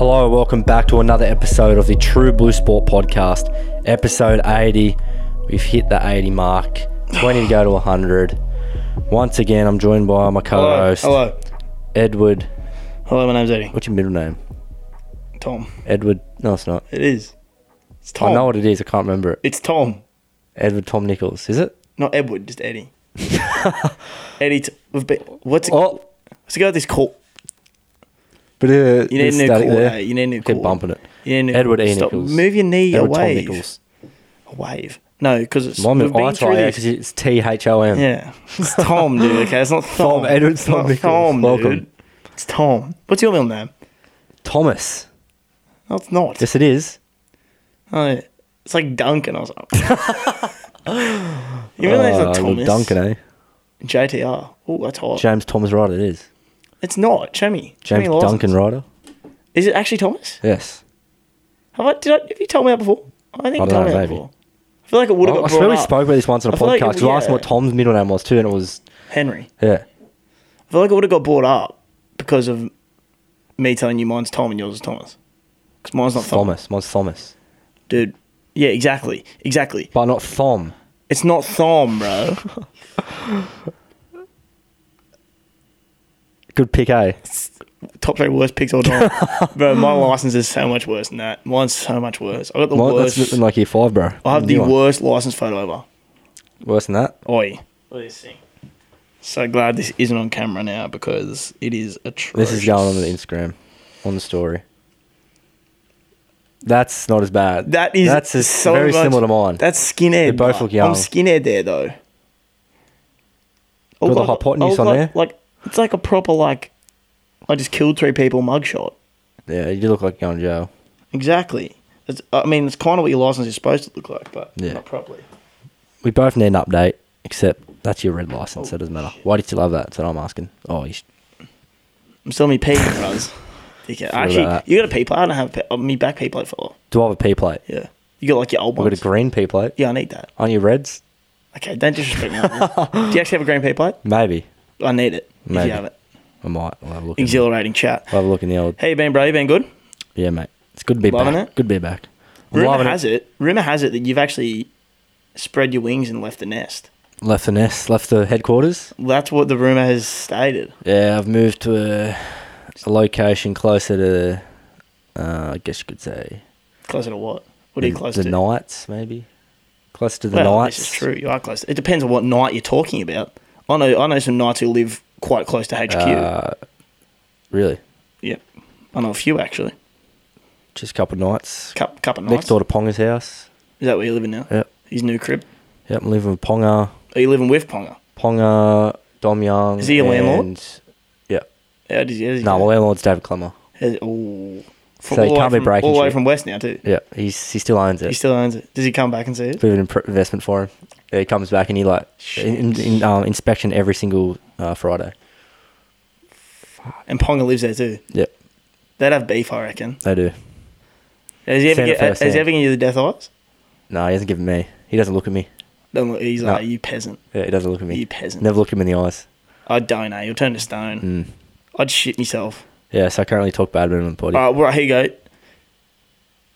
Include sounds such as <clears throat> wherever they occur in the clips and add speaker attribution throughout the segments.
Speaker 1: Hello and welcome back to another episode of the True Blue Sport Podcast, episode 80. We've hit the 80 mark, 20 to go to 100. Once again, I'm joined by my co
Speaker 2: Hello.
Speaker 1: host,
Speaker 2: Hello.
Speaker 1: Edward.
Speaker 2: Hello, my name's Eddie.
Speaker 1: What's your middle name?
Speaker 2: Tom.
Speaker 1: Edward. No, it's not.
Speaker 2: It is. It's Tom.
Speaker 1: I know what it is, I can't remember it.
Speaker 2: It's Tom.
Speaker 1: Edward Tom Nichols, is it?
Speaker 2: Not Edward,
Speaker 1: <laughs>
Speaker 2: just Eddie. Eddie, t- we've been, what's it,
Speaker 1: Oh,
Speaker 2: what's it got this call?
Speaker 1: but uh, you
Speaker 2: You need a new call. Hey, you need a new
Speaker 1: Keep
Speaker 2: call.
Speaker 1: bumping it.
Speaker 2: You need a new
Speaker 1: Edward E.
Speaker 2: Stop.
Speaker 1: Nichols.
Speaker 2: Move your knee
Speaker 1: Edward Tom
Speaker 2: away.
Speaker 1: Nichols.
Speaker 2: A wave. No, because it's.
Speaker 1: Mine
Speaker 2: we've
Speaker 1: with I
Speaker 2: been through
Speaker 1: try
Speaker 2: this.
Speaker 1: because it's T H O M.
Speaker 2: Yeah. It's Tom, dude. Okay, it's not
Speaker 1: <laughs>
Speaker 2: Tom.
Speaker 1: Tom, Edward, Tom
Speaker 2: It's not
Speaker 1: Nichols.
Speaker 2: Tom,
Speaker 1: Welcome.
Speaker 2: dude. It's Tom. What's your middle name?
Speaker 1: Thomas.
Speaker 2: No, it's not.
Speaker 1: Yes, it is.
Speaker 2: Oh, yeah. It's like Duncan
Speaker 1: <laughs>
Speaker 2: or something. Your middle name's
Speaker 1: Oh,
Speaker 2: not Thomas.
Speaker 1: Duncan, eh?
Speaker 2: JTR. Oh, that's hot.
Speaker 1: James Thomas Ryder, it is.
Speaker 2: It's not. Show me. Show
Speaker 1: James
Speaker 2: me your license.
Speaker 1: Duncan Ryder.
Speaker 2: Is it actually Thomas?
Speaker 1: Yes.
Speaker 2: Have I? Did I? Have you told me that before? I think
Speaker 1: I
Speaker 2: you
Speaker 1: don't
Speaker 2: told me
Speaker 1: know,
Speaker 2: that
Speaker 1: maybe.
Speaker 2: before. I feel like it would have
Speaker 1: I, I
Speaker 2: got
Speaker 1: swear
Speaker 2: brought
Speaker 1: we
Speaker 2: up.
Speaker 1: spoke about this once on a
Speaker 2: I feel
Speaker 1: podcast.
Speaker 2: like it-
Speaker 1: because I asked him what
Speaker 2: yeah.
Speaker 1: Tom's middle name was too, and it was
Speaker 2: Henry.
Speaker 1: yeah.
Speaker 2: I feel like it would have got brought up because of me telling you mine's Tom and yours is Thomas. Because mine's not Tom.
Speaker 1: Thomas. Mine's Thomas,
Speaker 2: Dude. Yeah, exactly. Exactly.
Speaker 1: but not Thom.
Speaker 2: It's not Thom, bro. <laughs>
Speaker 1: Good pick, eh?
Speaker 2: Top three worst picks
Speaker 1: <laughs>
Speaker 2: all time. bro, my license is so much worse than that. Mine's so much worse. I got the
Speaker 1: Mine, that's
Speaker 2: worst.
Speaker 1: written like year five, bro.
Speaker 2: I have
Speaker 1: New
Speaker 2: the
Speaker 1: one.
Speaker 2: worst license photo ever.
Speaker 1: Worse than that.
Speaker 2: Oi. Look at this thing. So glad this isn't on camera now because it is atrocious.
Speaker 1: This is going on the Instagram, on the story. That's not as bad.
Speaker 2: That is
Speaker 1: that's just
Speaker 2: so
Speaker 1: very
Speaker 2: much-
Speaker 1: similar to mine.
Speaker 2: That's skinhead.
Speaker 1: They both
Speaker 2: mate.
Speaker 1: look young.
Speaker 2: I'm skinhead there though. I
Speaker 1: Got
Speaker 2: look
Speaker 1: the
Speaker 2: like-
Speaker 1: hypotenuse
Speaker 2: I look
Speaker 1: on
Speaker 2: like,
Speaker 1: there.
Speaker 2: Like it's like a proper like I just killed three people mugshot.
Speaker 1: yeah, you look like you're going to jail.
Speaker 2: Exactly. It's, I mean, it's kind of what your license is supposed to look like, but
Speaker 1: Yeah.
Speaker 2: not properly.
Speaker 1: We both need an update, except that's your red license.
Speaker 2: Oh,
Speaker 1: so it doesn't matter. Why do you still have that? That's what I'm asking. Oh, you sh-
Speaker 2: I'm still me
Speaker 1: <laughs>
Speaker 2: pee, bros. Dickhead. Actually,
Speaker 1: that.
Speaker 2: you got a pee plate. I don't have a pee, oh, me back pee plate fell off.
Speaker 1: do I have a P plate?
Speaker 2: Yeah. You got like your old
Speaker 1: I've got a
Speaker 2: ones.
Speaker 1: green P plate.
Speaker 2: yeah, I need that.
Speaker 1: On your reds?
Speaker 2: Okay, don't disrespect me. like this. Do you actually have a green pea plate?
Speaker 1: Maybe.
Speaker 2: I need it. If
Speaker 1: Maybe.
Speaker 2: you have it.
Speaker 1: I might. I'll have a look. in-
Speaker 2: Exhilarating chat.
Speaker 1: I'll have a look in the old.
Speaker 2: How you been, bro? You been good?
Speaker 1: Yeah, mate. It's good to be
Speaker 2: Loving
Speaker 1: back.
Speaker 2: it?
Speaker 1: Good to be back. I'm
Speaker 2: Rumor
Speaker 1: loving
Speaker 2: has it. Rumor has it that you've actually spread your wings and left the nest.
Speaker 1: Left the nest. Left the headquarters.
Speaker 2: That's what the rumor has stated.
Speaker 1: Yeah, I've moved to a, a location closer to. Uh, I guess you could say.
Speaker 2: Closer to what? What are you
Speaker 1: the-
Speaker 2: close
Speaker 1: the
Speaker 2: to?
Speaker 1: Knights, maybe. Close to the
Speaker 2: well,
Speaker 1: Knights.
Speaker 2: This is true. You are close. It depends on what night you're talking about. I know. I know some knights who live quite close to HQ.
Speaker 1: Uh, really,
Speaker 2: yep. I know a few actually.
Speaker 1: just a couple of nights.
Speaker 2: Cup, cup of nights.
Speaker 1: Next door to Ponga's house.
Speaker 2: Is that where you're living now?
Speaker 1: Yep.
Speaker 2: His new crib.
Speaker 1: Yep, I'm living with Ponga.
Speaker 2: Are you living with Ponga?
Speaker 1: Ponga, Dom Young.
Speaker 2: Is he your landlord?
Speaker 1: and- Yeah.
Speaker 2: How does he? How does he
Speaker 1: No,
Speaker 2: go?
Speaker 1: my landlord's David Clemmer.
Speaker 2: Has, ooh. From
Speaker 1: So he
Speaker 2: all the
Speaker 1: can't
Speaker 2: way
Speaker 1: be
Speaker 2: from,
Speaker 1: breaking
Speaker 2: all the way
Speaker 1: shit.
Speaker 2: from West now too.
Speaker 1: Yeah, he's he still owns it.
Speaker 2: He still owns it. Does he come back and see it?
Speaker 1: bit of an imp- investment for him. Yeah, he comes back and he like in, in, um, inspection every single uh, Friday.
Speaker 2: And Ponga lives there too.
Speaker 1: Yep,
Speaker 2: They'd have beef, I reckon.
Speaker 1: they do.
Speaker 2: Has he ever
Speaker 1: Send it
Speaker 2: get, has
Speaker 1: first,
Speaker 2: he
Speaker 1: yeah.
Speaker 2: ever given you the death eyes?
Speaker 1: No, he hasn't given me. He doesn't look at me.
Speaker 2: Don't look, he's
Speaker 1: No.
Speaker 2: like, you peasant.
Speaker 1: Yeah, he doesn't look at me.
Speaker 2: You peasant.
Speaker 1: Never looked him in the eyes.
Speaker 2: I don't know. You'll turn to stone.
Speaker 1: Mm.
Speaker 2: I'd shit myself.
Speaker 1: Yeah, so I can't really talk badminton on the potty.
Speaker 2: All right, well, here you go.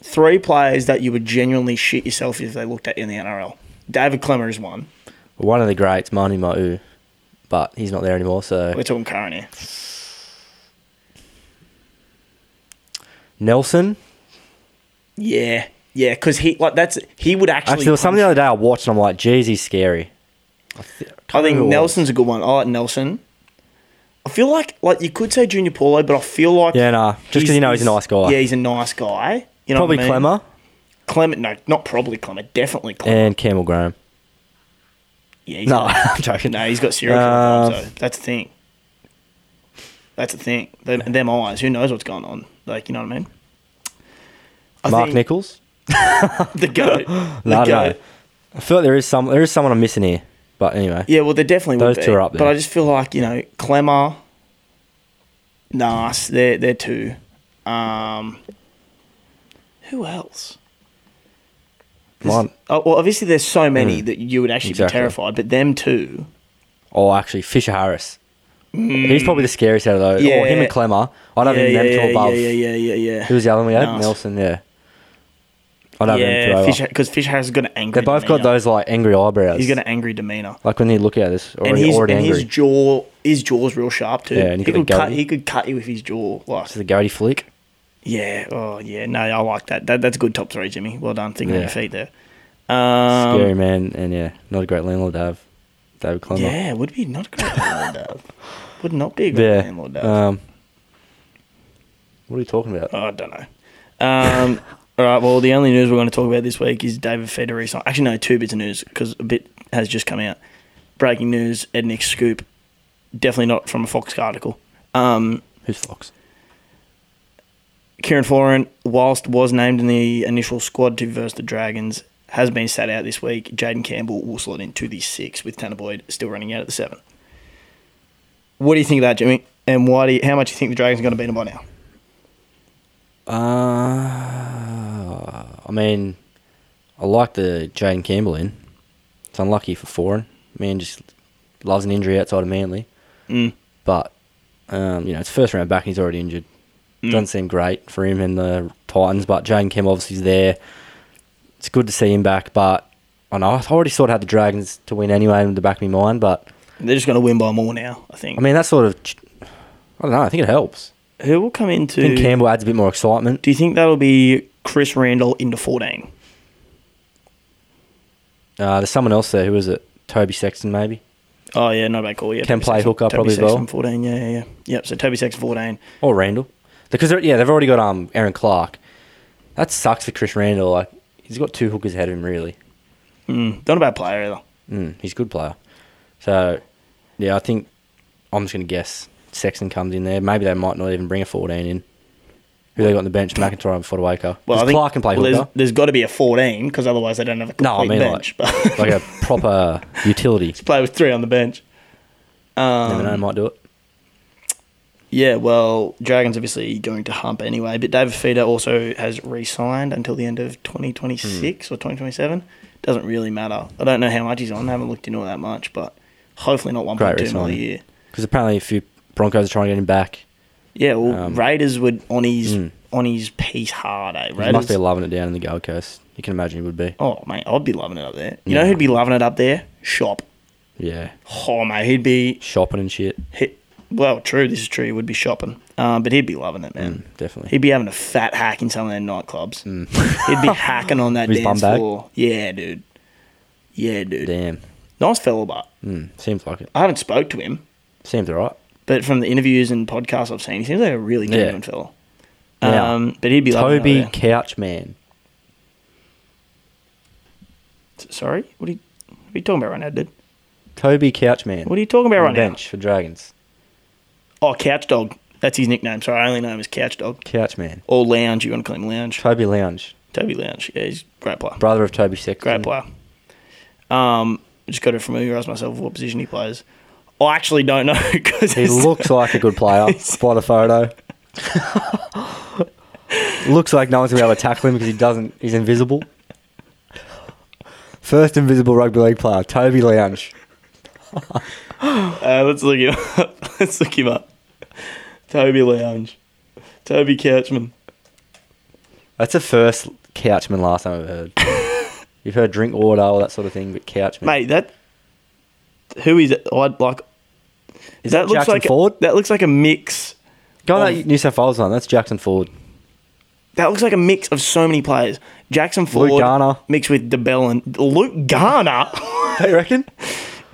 Speaker 2: Three players that you would genuinely shit yourself if they looked at you in the NRL. David Clemmer is one.
Speaker 1: One of the greats, Manu Ma'u, but he's not there anymore. So
Speaker 2: We're talking current here.
Speaker 1: Nelson.
Speaker 2: Yeah. Yeah, because he like that's he would actually.
Speaker 1: Actually, there was something the
Speaker 2: punch-
Speaker 1: other day I watched, and I'm like, "Jeez, he's scary."
Speaker 2: I think
Speaker 1: Who was?
Speaker 2: Nelson's a good one. I like Nelson. I feel like like you could say Junior Paulo, but I feel like
Speaker 1: Yeah, nah. Just because you know he's, a nice guy.
Speaker 2: Yeah, he's a nice guy. You know
Speaker 1: probably
Speaker 2: what I mean?
Speaker 1: Clemmer
Speaker 2: Clement, no, not probably Clement, definitely Clement.
Speaker 1: and Campbell Graham.
Speaker 2: Yeah, he's
Speaker 1: No,
Speaker 2: got-
Speaker 1: I'm joking.
Speaker 2: no, <laughs> he's got serial
Speaker 1: Uh,
Speaker 2: killer vibes, though. That's the thing. That's the thing. Them, them eyes. Who knows what's going on? Like, you know what I mean? I
Speaker 1: Mark
Speaker 2: think
Speaker 1: Nichols.
Speaker 2: the
Speaker 1: <gasps> No,
Speaker 2: goat. the
Speaker 1: I don't
Speaker 2: goat.
Speaker 1: know. I feel like there is some there is someone I'm missing here. But anyway,
Speaker 2: Yeah, well, they definitely would
Speaker 1: Those
Speaker 2: be,
Speaker 1: two are up
Speaker 2: But
Speaker 1: there.
Speaker 2: I just feel like you know, Clemmer, Nas, they're they're two. Um, who else? There's-
Speaker 1: mine.
Speaker 2: Oh, well, obviously there's so many
Speaker 1: Mm.
Speaker 2: that you would actually
Speaker 1: Exactly.
Speaker 2: be terrified, but them two.
Speaker 1: Oh, actually, Fisher Harris. He's probably the scariest out of those. Or him
Speaker 2: Mm. Yeah.
Speaker 1: and Clemmer. I'd have
Speaker 2: yeah,
Speaker 1: him
Speaker 2: yeah,
Speaker 1: them
Speaker 2: yeah,
Speaker 1: two above.
Speaker 2: Yeah, yeah, yeah, yeah, yeah.
Speaker 1: Who was the other one we had?
Speaker 2: Nice.
Speaker 1: Nelson, yeah. I'd have them two
Speaker 2: yeah,
Speaker 1: over.
Speaker 2: Fisher because Fisher has got an angry.
Speaker 1: They both got
Speaker 2: demeanor.
Speaker 1: those like angry eyebrows.
Speaker 2: He's got an angry demeanor,
Speaker 1: like when you look at this,
Speaker 2: and
Speaker 1: already,
Speaker 2: his
Speaker 1: already
Speaker 2: and
Speaker 1: angry.
Speaker 2: his jaw, his jaw's real sharp too.
Speaker 1: Yeah, and he
Speaker 2: he
Speaker 1: got a
Speaker 2: could cut,
Speaker 1: goatee.
Speaker 2: he could cut you with his jaw. Like,
Speaker 1: Just the goatee flick.
Speaker 2: yeah, oh yeah, no, I like that. that that's good top three, Jimmy. Well done, thinking
Speaker 1: Yeah.
Speaker 2: on your feet there. Um,
Speaker 1: Scary man, and yeah, not a great landlord to have. David Clemmer.
Speaker 2: Yeah, would be not a great
Speaker 1: <laughs>
Speaker 2: landlord. Dave. Would not be a great
Speaker 1: yeah.
Speaker 2: landlord. Dave.
Speaker 1: Um, what are you talking about?
Speaker 2: Oh, I don't know. Um, <laughs> all right. Well, the only news we're going to talk about this week is David Federer. sign- Actually, no, two bits of news because a bit has just come out. Breaking news: Ed Nick scoop. Definitely not from a Fox article. Um,
Speaker 1: Who's Fox?
Speaker 2: Kieran Florin, whilst was named in the initial squad to verse the Dragons, has been sat out this week. Jaden Campbell will slot into the six with Tanner Boyd still running out at the seven. What do you think of that, Jimmy? And why do you, how much do you think the Dragons are going to beat them by now?
Speaker 1: Uh, I mean, I like the Jaden Campbell in. It's unlucky for foreign. Man just loves an injury outside of Manly.
Speaker 2: Mm.
Speaker 1: But, um, you know, it's first round back and he's already injured. Doesn't seem great for him and the Titans, but Jaden Campbell obviously is there. It's good to see him back, but I know I already sort of had the Dragons to win anyway in the back of my mind, but
Speaker 2: They're just going to win by more now, I think.
Speaker 1: I mean, that sort of, I don't know, I think it helps.
Speaker 2: Who will come into?
Speaker 1: I think Campbell adds a bit more excitement.
Speaker 2: do you think that'll be Chris Randall into fourteen?
Speaker 1: Uh, there's someone else there. Who is it? Toby Sexton, maybe.
Speaker 2: Oh yeah, no bad call. Yeah,
Speaker 1: Can
Speaker 2: Toby
Speaker 1: play
Speaker 2: Sexton-
Speaker 1: hooker
Speaker 2: Toby
Speaker 1: probably as
Speaker 2: Sexton,
Speaker 1: well.
Speaker 2: Fourteen, yeah, yeah, yeah. Yep. So Toby Sexton fourteen.
Speaker 1: Or Randall. Because they're, yeah, they've already got um Aaron Clark. That sucks for Chris Randall. Like he's got two hookers ahead of him really.
Speaker 2: Mm, not a bad player either.
Speaker 1: Mm, he's a good player. So yeah, I think I'm just gonna guess Sexton comes in there. Maybe they might not even bring a 14 in. Who they got on the bench? McIntyre and Fodawaker.
Speaker 2: Well, I think
Speaker 1: Clark can play
Speaker 2: well, there's,
Speaker 1: hooker.
Speaker 2: there's got to be a fourteen because otherwise they don't have a complete
Speaker 1: No, I mean
Speaker 2: bench. <laughs>
Speaker 1: like,
Speaker 2: But
Speaker 1: like a proper utility.
Speaker 2: play with three on the bench.
Speaker 1: Never
Speaker 2: Um,
Speaker 1: know, might do it.
Speaker 2: Yeah, well, Dragons obviously going to hump anyway, but David Feeder also has re-signed until the end of 2026
Speaker 1: Hmm.
Speaker 2: or 2027. Doesn't really matter. I don't know how much he's on. I haven't looked into it that much, but hopefully not
Speaker 1: Great
Speaker 2: 1.2 mil a
Speaker 1: re-signing.
Speaker 2: year.
Speaker 1: Because apparently a few Broncos are trying to get him back.
Speaker 2: Yeah, well,
Speaker 1: Um,
Speaker 2: Raiders would on his
Speaker 1: Mm.
Speaker 2: on his piece hard, eh?
Speaker 1: He must
Speaker 2: Raiders.
Speaker 1: be loving it down in the Gold Coast. You can imagine he would be.
Speaker 2: oh mate, I'd be loving it up there. You
Speaker 1: Yeah.
Speaker 2: know who'd be loving it up there? Shop.
Speaker 1: Yeah.
Speaker 2: Oh mate, he'd be.
Speaker 1: Shopping and shit.
Speaker 2: He, well, true. This is true. He would be shopping, um, but he'd be loving it, man.
Speaker 1: Mm, Definitely.
Speaker 2: He'd be having a fat hack in some of their nightclubs. <laughs> He'd be hacking on that
Speaker 1: Mm. With his bum
Speaker 2: dance
Speaker 1: bag?
Speaker 2: floor. Yeah, dude. Yeah, dude.
Speaker 1: Damn.
Speaker 2: Nice fella, but
Speaker 1: Mm, seems like it.
Speaker 2: I haven't spoke to him,
Speaker 1: Seems alright.
Speaker 2: but from the interviews and podcasts I've seen, he seems like a really
Speaker 1: Yeah.
Speaker 2: genuine fella.
Speaker 1: Now,
Speaker 2: Um, but he'd be loving it
Speaker 1: Toby
Speaker 2: over
Speaker 1: Couchman.
Speaker 2: there. S- Sorry, what are, you, what are you talking about right now, dude?
Speaker 1: Toby Couchman.
Speaker 2: What are you talking about
Speaker 1: on
Speaker 2: right
Speaker 1: the bench for Dragons.
Speaker 2: now? Oh, Couch Dog. That's his nickname. Sorry, I only know him as Couch Dog
Speaker 1: Couchman.
Speaker 2: or Lounge. You want to call him Lounge?
Speaker 1: Toby Lounge.
Speaker 2: Toby Lounge. Yeah, he's a great player.
Speaker 1: Brother of Toby Sexton.
Speaker 2: Great player. Um, just got to familiarise myself with what position he plays. I actually don't know <laughs> because
Speaker 1: He looks
Speaker 2: <laughs>
Speaker 1: like a good player <laughs> by the photo. looks like no one's gonna be able to tackle him because he doesn't he's invisible. First invisible rugby league player, Toby Lounge.
Speaker 2: Uh, let's look him up. <laughs> let's look him up. Toby Lounge, Toby Couchman.
Speaker 1: That's the first Couchman last time I've heard.
Speaker 2: <laughs>
Speaker 1: You've heard drink water, all that sort of thing, but Couchman.
Speaker 2: Mate, that who is it? I'd like.
Speaker 1: Is
Speaker 2: that, looks
Speaker 1: Jackson
Speaker 2: like
Speaker 1: Ford?
Speaker 2: A, that looks like a mix.
Speaker 1: Go on
Speaker 2: of-
Speaker 1: that New South Wales one. That's Jackson
Speaker 2: <laughs>
Speaker 1: Ford.
Speaker 2: That looks like a mix of so many players. Jackson Ford
Speaker 1: Luke Garner.
Speaker 2: mixed with DeBellin. Luke Garner. <laughs>
Speaker 1: Hey, you reckon?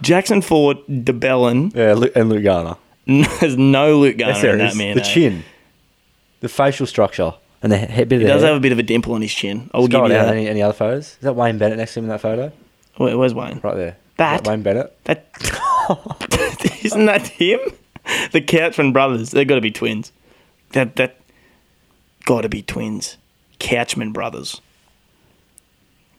Speaker 2: Jackson Ford, DeBellin.
Speaker 1: Yeah, Lu and Luke Garner.
Speaker 2: <laughs> There's no Luke Garner
Speaker 1: Yes, there
Speaker 2: in
Speaker 1: is.
Speaker 2: that man.
Speaker 1: the
Speaker 2: eh?
Speaker 1: chin, the facial structure, and the he- he- bit of
Speaker 2: He
Speaker 1: the
Speaker 2: does
Speaker 1: hair.
Speaker 2: have a bit of a dimple on his chin. I will
Speaker 1: Let's
Speaker 2: give
Speaker 1: go
Speaker 2: you
Speaker 1: on out.
Speaker 2: that.
Speaker 1: Any, any other photos? Is that Wayne Bennett next to him in that photo?
Speaker 2: Wait, where's Wayne?
Speaker 1: Right there. Is
Speaker 2: That-
Speaker 1: Wayne
Speaker 2: <laughs>
Speaker 1: Bennett.
Speaker 2: That isn't that him? The Couchman brothers. They've got to be twins. That that got to be twins. Couchman brothers.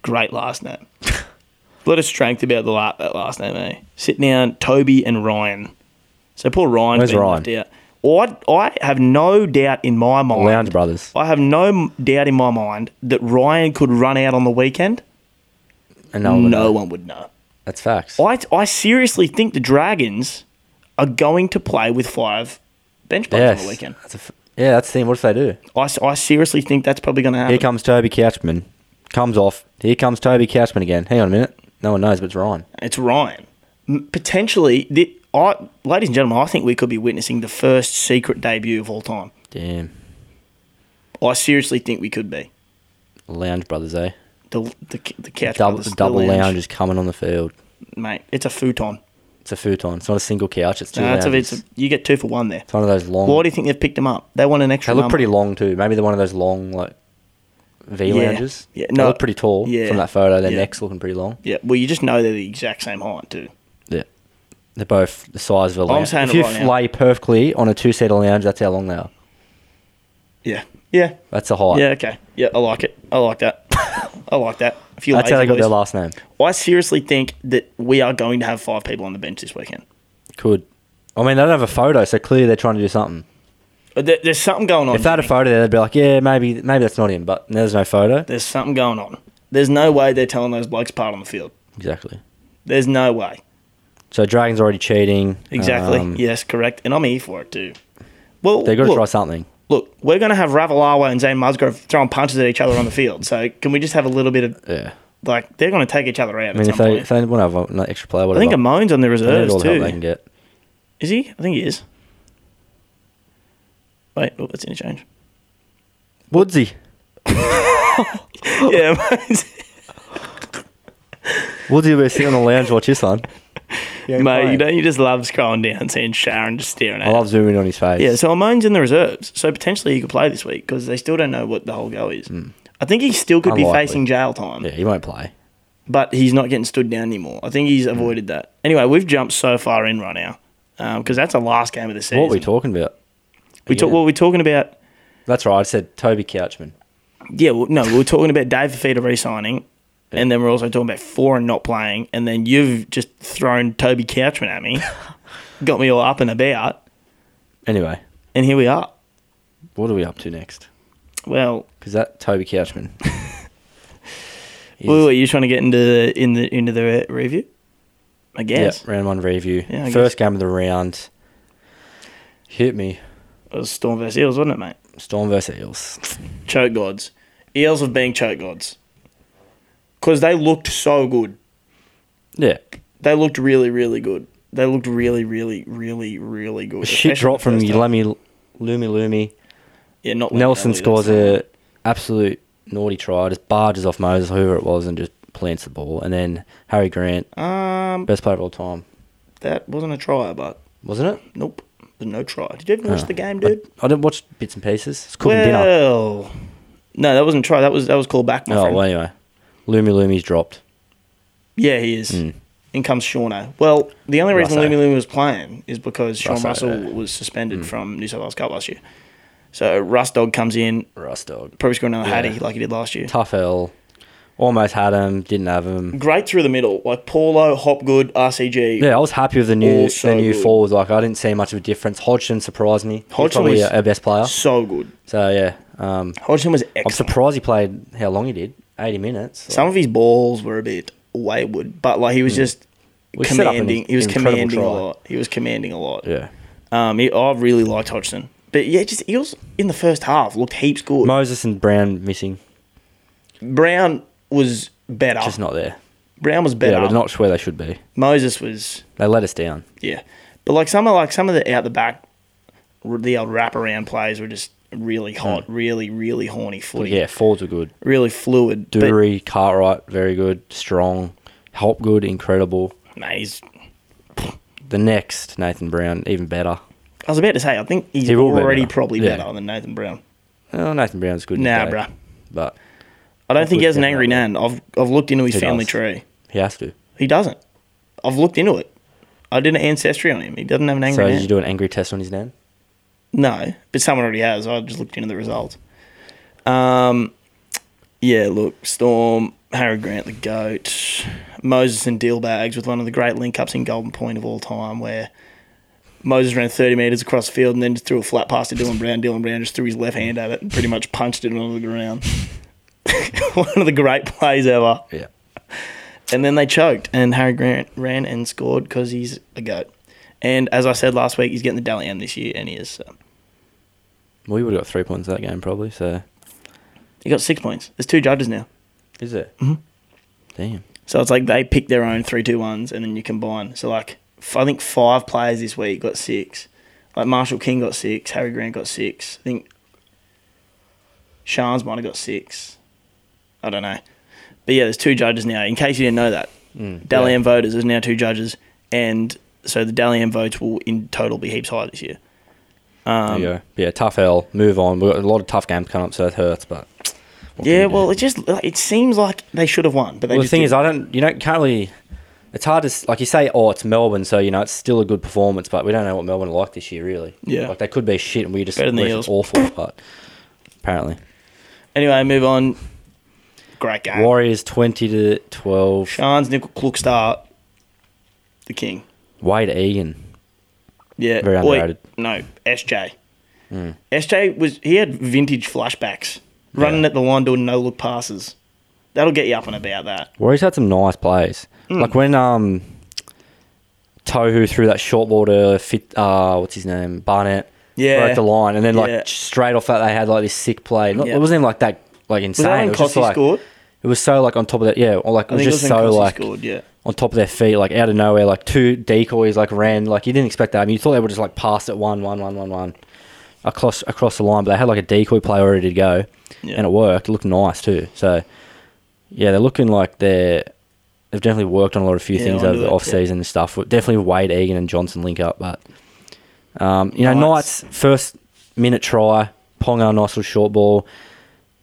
Speaker 2: Great
Speaker 1: <laughs>
Speaker 2: last name. A lot of strength about the la- that last name, eh? Sit down, Toby and Ryan. So poor Ryan.
Speaker 1: Where's
Speaker 2: been
Speaker 1: Ryan?
Speaker 2: left out. I I have no doubt in my mind.
Speaker 1: Lounge Brothers.
Speaker 2: I have no m- doubt in my mind that Ryan could run out on the weekend.
Speaker 1: And no, one would
Speaker 2: no
Speaker 1: know.
Speaker 2: one would know.
Speaker 1: That's facts.
Speaker 2: I, I seriously think the Dragons are going to play with five bench players
Speaker 1: Yes.
Speaker 2: on the weekend.
Speaker 1: That's a f- yeah, that's the thing. What if they do?
Speaker 2: I, s- I seriously think that's probably going to happen.
Speaker 1: Here comes Toby Couchman. Comes off. Here comes Toby Couchman again. Hang on a minute. No one knows, but it's Ryan.
Speaker 2: It's Ryan. M- Potentially, the, I, ladies and gentlemen, I think we could be witnessing the first secret debut of all time.
Speaker 1: Damn.
Speaker 2: I seriously think we could be.
Speaker 1: Lounge Brothers, eh?
Speaker 2: The, the, c- the couch
Speaker 1: double
Speaker 2: brothers, the
Speaker 1: double
Speaker 2: lounge.
Speaker 1: lounge. is coming on the field.
Speaker 2: Mate, it's a futon.
Speaker 1: It's a futon. It's not a single couch. It's two
Speaker 2: No, it's a,
Speaker 1: lounges.
Speaker 2: it's
Speaker 1: It's,
Speaker 2: a, you get two for one there.
Speaker 1: one of those long.
Speaker 2: Why do you think they've picked them up? They want an
Speaker 1: they
Speaker 2: extra
Speaker 1: look
Speaker 2: number.
Speaker 1: pretty long too. Maybe they're one of those long like V
Speaker 2: Yeah.
Speaker 1: lounges.
Speaker 2: Yeah,
Speaker 1: they
Speaker 2: no,
Speaker 1: look pretty tall
Speaker 2: yeah,
Speaker 1: from that photo. Their
Speaker 2: yeah.
Speaker 1: necks looking pretty long.
Speaker 2: Yeah, well, you just know they're the exact same height, too.
Speaker 1: Yeah, they're both the size of a lounge.
Speaker 2: saying
Speaker 1: if
Speaker 2: it
Speaker 1: you
Speaker 2: right now.
Speaker 1: lay perfectly on a two-seater lounge, that's how long they are.
Speaker 2: Yeah. Yeah.
Speaker 1: That's the height.
Speaker 2: Yeah, okay. Yeah, I like it. I like that. I like that. If you
Speaker 1: that's how they
Speaker 2: lazy
Speaker 1: got their last
Speaker 2: boys.
Speaker 1: name.
Speaker 2: I seriously think that we are going to have five people on the bench this weekend.
Speaker 1: Could. I mean, they don't have a photo, so clearly they're trying to do something.
Speaker 2: Uh, There, there's something going on.
Speaker 1: If they had a
Speaker 2: Jimmy.
Speaker 1: photo there, they'd be like, yeah, maybe maybe that's not him, but there's no photo.
Speaker 2: there's something going on. There's no way they're telling those blokes apart on the field.
Speaker 1: Exactly.
Speaker 2: There's no way.
Speaker 1: So Dragon's already cheating.
Speaker 2: Exactly.
Speaker 1: Um,
Speaker 2: yes, correct. And I'm here for it, too. Well,
Speaker 1: They've got to
Speaker 2: look,
Speaker 1: try something.
Speaker 2: look, we're going to have Ravalawa and Zane Musgrove throwing punches at each other on the field. So can we just have a little bit of,
Speaker 1: Yeah.
Speaker 2: like, they're going to take each other out
Speaker 1: I mean,
Speaker 2: at
Speaker 1: if
Speaker 2: some
Speaker 1: they,
Speaker 2: point.
Speaker 1: if they want to have an extra player,
Speaker 2: I
Speaker 1: whatever.
Speaker 2: think Amone's on
Speaker 1: they
Speaker 2: the
Speaker 1: need
Speaker 2: reserves,
Speaker 1: all the
Speaker 2: too.
Speaker 1: help they can get.
Speaker 2: Is he? I think he is. Wait, oh, that's
Speaker 1: <gasps>
Speaker 2: interchange.
Speaker 1: Woodsy.
Speaker 2: yeah, <laughs> mate.
Speaker 1: Woodsy will be sitting on the lounge watch this one. Yeah,
Speaker 2: mate, you don't you just love scrolling down and seeing Sharon just staring at
Speaker 1: I
Speaker 2: him.
Speaker 1: love zooming in on his face.
Speaker 2: Yeah, so Amone's in the reserves, so potentially he could play this week because they still don't know what the whole go is. I think he still could be
Speaker 1: Hmm. Unlikely.
Speaker 2: facing jail time,
Speaker 1: Yeah, he won't play.
Speaker 2: but he's not getting stood down anymore. I think
Speaker 1: Hmm.
Speaker 2: he's avoided that. Anyway, we've jumped so far in right now because that's the last game of the season.
Speaker 1: What are we talking about?
Speaker 2: we talk,
Speaker 1: again?
Speaker 2: well, we're talking about
Speaker 1: That's right. I said Toby Couchman.
Speaker 2: Yeah, well, no, we were talking about Dave Fafita re-signing, and then we're also talking about Foreign not playing, and then you've just thrown Toby Couchman at
Speaker 1: <laughs>
Speaker 2: me, got me all up and about,
Speaker 1: Anyway,
Speaker 2: and here we are.
Speaker 1: what are we up to next?
Speaker 2: Well,
Speaker 1: Because that Toby Couchman.
Speaker 2: <laughs>
Speaker 1: is-
Speaker 2: wait, wait, you trying to get into the in the into the re- review? I guess
Speaker 1: Yeah, round one review.
Speaker 2: Yeah, I
Speaker 1: First game of the round. Hit me.
Speaker 2: it was Storm versus Eels, wasn't it, mate?
Speaker 1: Storm versus Eels.
Speaker 2: Choke gods, Eels have been choke gods because they looked so good.
Speaker 1: Yeah.
Speaker 2: They looked really, really good. They looked really, really, really, really good.
Speaker 1: Shit
Speaker 2: especially
Speaker 1: drop from
Speaker 2: the first half.
Speaker 1: Lumi Lumi Lumi.
Speaker 2: Yeah, not
Speaker 1: Nelson
Speaker 2: Lumi, that's
Speaker 1: scores
Speaker 2: the one.
Speaker 1: a absolute naughty try, just barges off Moses, whoever it was, and just plants the ball. And then Harry Grant,
Speaker 2: Um,
Speaker 1: best player of all time,
Speaker 2: That wasn't a try, but
Speaker 1: wasn't it?
Speaker 2: nope. There's no try. Did you even watch
Speaker 1: Oh.
Speaker 2: the game, dude?
Speaker 1: I, I didn't watch bits and pieces. It's cooking dinner.
Speaker 2: Well, no, that wasn't a try. That was that was called back, my
Speaker 1: Oh,
Speaker 2: friend.
Speaker 1: well, anyway. Lumi Lumi's dropped.
Speaker 2: Yeah, he is.
Speaker 1: Hmm.
Speaker 2: In comes Shauna. Well, the only reason
Speaker 1: Russo.
Speaker 2: Lumi Lumi was playing is because Sean
Speaker 1: Russo,
Speaker 2: Russell
Speaker 1: yeah. Hmm.
Speaker 2: was suspended from New South Wales Cup last year. So Russ Dog comes in,
Speaker 1: Russ dog.
Speaker 2: probably scoring another
Speaker 1: Yeah.
Speaker 2: Hattie like he did last year.
Speaker 1: Tough L. Almost had him, didn't have him.
Speaker 2: Great through the middle, like Paulo, Hopgood, RCG.
Speaker 1: Yeah, I was happy with the new
Speaker 2: All so
Speaker 1: the new
Speaker 2: good.
Speaker 1: forwards. Like I didn't see much of a difference. Hodgson surprised me. He's
Speaker 2: Hodgson
Speaker 1: probably
Speaker 2: was-
Speaker 1: our our best player.
Speaker 2: So good.
Speaker 1: So yeah, um,
Speaker 2: Hodgson was
Speaker 1: I'm
Speaker 2: excellent.
Speaker 1: surprised he played how long he did, 80 minutes. Like,
Speaker 2: Some of his balls were a bit wayward, but like he was just
Speaker 1: We Hmm. set up an
Speaker 2: commanding. He was
Speaker 1: incredible
Speaker 2: commanding a
Speaker 1: try.
Speaker 2: lot. He was commanding a lot.
Speaker 1: yeah,
Speaker 2: Um, he, I really liked Hodgson, but yeah, just Eels in the first half looked heaps good.
Speaker 1: Moses and Brown missing,
Speaker 2: Brown was better.
Speaker 1: just not there.
Speaker 2: Brown was
Speaker 1: Yeah,
Speaker 2: better.
Speaker 1: but not where they should be.
Speaker 2: Moses was
Speaker 1: They let us down.
Speaker 2: yeah, but like some of like some of the out the back, r- the old wraparound plays were just really hot, really really horny
Speaker 1: Hmm. But
Speaker 2: footy,
Speaker 1: yeah, forwards were good.
Speaker 2: really fluid. But,
Speaker 1: Dury, Cartwright, very good, strong. Help good, incredible.
Speaker 2: mate, he's-
Speaker 1: The next Nathan Brown, even better.
Speaker 2: I was about to say, I think he's
Speaker 1: He will be
Speaker 2: already
Speaker 1: better.
Speaker 2: probably
Speaker 1: Yeah.
Speaker 2: better than Nathan Brown.
Speaker 1: Oh, Nathan Brown's good. in his
Speaker 2: Nah,
Speaker 1: day,
Speaker 2: bruh.
Speaker 1: But
Speaker 2: I don't think he has an angry
Speaker 1: Definitely.
Speaker 2: nan. I've I've looked into his
Speaker 1: He
Speaker 2: family
Speaker 1: does.
Speaker 2: tree.
Speaker 1: he has to.
Speaker 2: He doesn't. I've looked into it. I did an ancestry on him. He doesn't have an angry
Speaker 1: so
Speaker 2: nan.
Speaker 1: did you do an angry test on his nan?
Speaker 2: No, but someone already has. I just looked into the results. Um, yeah, look, Storm, Harry Grant, the goat, Moses and Deal Bags with one of the great link ups in Golden Point of all time, where Moses ran thirty meters across the field and then just threw a flat pass to Dylan Brown. Dylan Brown just threw his left hand at it and pretty much punched it onto the ground. <laughs> one of the great plays ever.
Speaker 1: Yeah.
Speaker 2: And then they choked, and Harry Grant ran and scored because he's a goat. And as I said last week, he's getting the Dally M this year, and he is. uh, So.
Speaker 1: Well, you would have got three points that game probably. So
Speaker 2: He got six points. There's two judges now.
Speaker 1: is it?
Speaker 2: Mhm.
Speaker 1: Mm-hmm. Damn.
Speaker 2: So it's like they pick their own three, two, ones, and then you combine. So like f- I think five players this week got six. Like Marshall King got six, Harry Grant got six. I think Shans might have got six. I don't know, but yeah, there's two judges now. In case you didn't know that,
Speaker 1: Mm,
Speaker 2: Dally
Speaker 1: yeah.
Speaker 2: M voters there's now two judges, and so the Dally M votes will in total be heaps higher this year.
Speaker 1: There you go. Yeah, tough L. Move on. We've got a lot of tough games coming up, so it hurts. But what can
Speaker 2: Yeah,
Speaker 1: you do?
Speaker 2: well, it just it seems like they should have won, but they
Speaker 1: Well, the
Speaker 2: just
Speaker 1: thing
Speaker 2: didn't.
Speaker 1: is, I don't. You don't can't really. It's hard to s- like you say. Oh, it's Melbourne, so you know it's still a good performance, but we don't know what Melbourne are like this year, really.
Speaker 2: Yeah.
Speaker 1: like they could be shit, and we just
Speaker 2: Better than the
Speaker 1: we're just awful. But apparently,
Speaker 2: anyway, move on. Great game.
Speaker 1: Warriors twenty to twelve.
Speaker 2: Shans Nickel Klukstar, the king.
Speaker 1: Wade Egan.
Speaker 2: Yeah.
Speaker 1: Very
Speaker 2: Oi,
Speaker 1: underrated. Hmm.
Speaker 2: no, SJ. SJ was he had vintage flashbacks, running
Speaker 1: Yeah.
Speaker 2: at the line doing no look passes. That'll get you up and about that.
Speaker 1: Warriors had some nice plays,
Speaker 2: Hmm.
Speaker 1: like when um, Tohu threw that short ball to fit. Uh, what's his name? Barnett.
Speaker 2: Yeah.
Speaker 1: broke the line, and then like
Speaker 2: Yeah.
Speaker 1: straight off that they had like this sick play. Not,
Speaker 2: Yeah.
Speaker 1: It wasn't even like that. Like
Speaker 2: Was
Speaker 1: insane.
Speaker 2: that
Speaker 1: it
Speaker 2: when
Speaker 1: was just
Speaker 2: Cossey
Speaker 1: like,
Speaker 2: scored?
Speaker 1: It was so like on top of that, yeah. Or like it
Speaker 2: I
Speaker 1: was
Speaker 2: think
Speaker 1: just
Speaker 2: it was when
Speaker 1: so
Speaker 2: Cossey
Speaker 1: like
Speaker 2: scored, yeah.
Speaker 1: on top of their feet, like out of nowhere, like two decoys like ran. Like you didn't expect that. I mean, you thought they would just like pass it one, one, one, one, one across across the line, but they had like a decoy play already to go,
Speaker 2: Yeah.
Speaker 1: and it worked. It looked nice too. So yeah, they're looking like they're they've definitely worked on a lot of few
Speaker 2: Yeah,
Speaker 1: things
Speaker 2: onto
Speaker 1: over the
Speaker 2: it,
Speaker 1: off season and stuff. Definitely Wade Egan and Johnson link up, but um, you know,
Speaker 2: Knights.
Speaker 1: Knights first minute try, Ponga nice little short ball.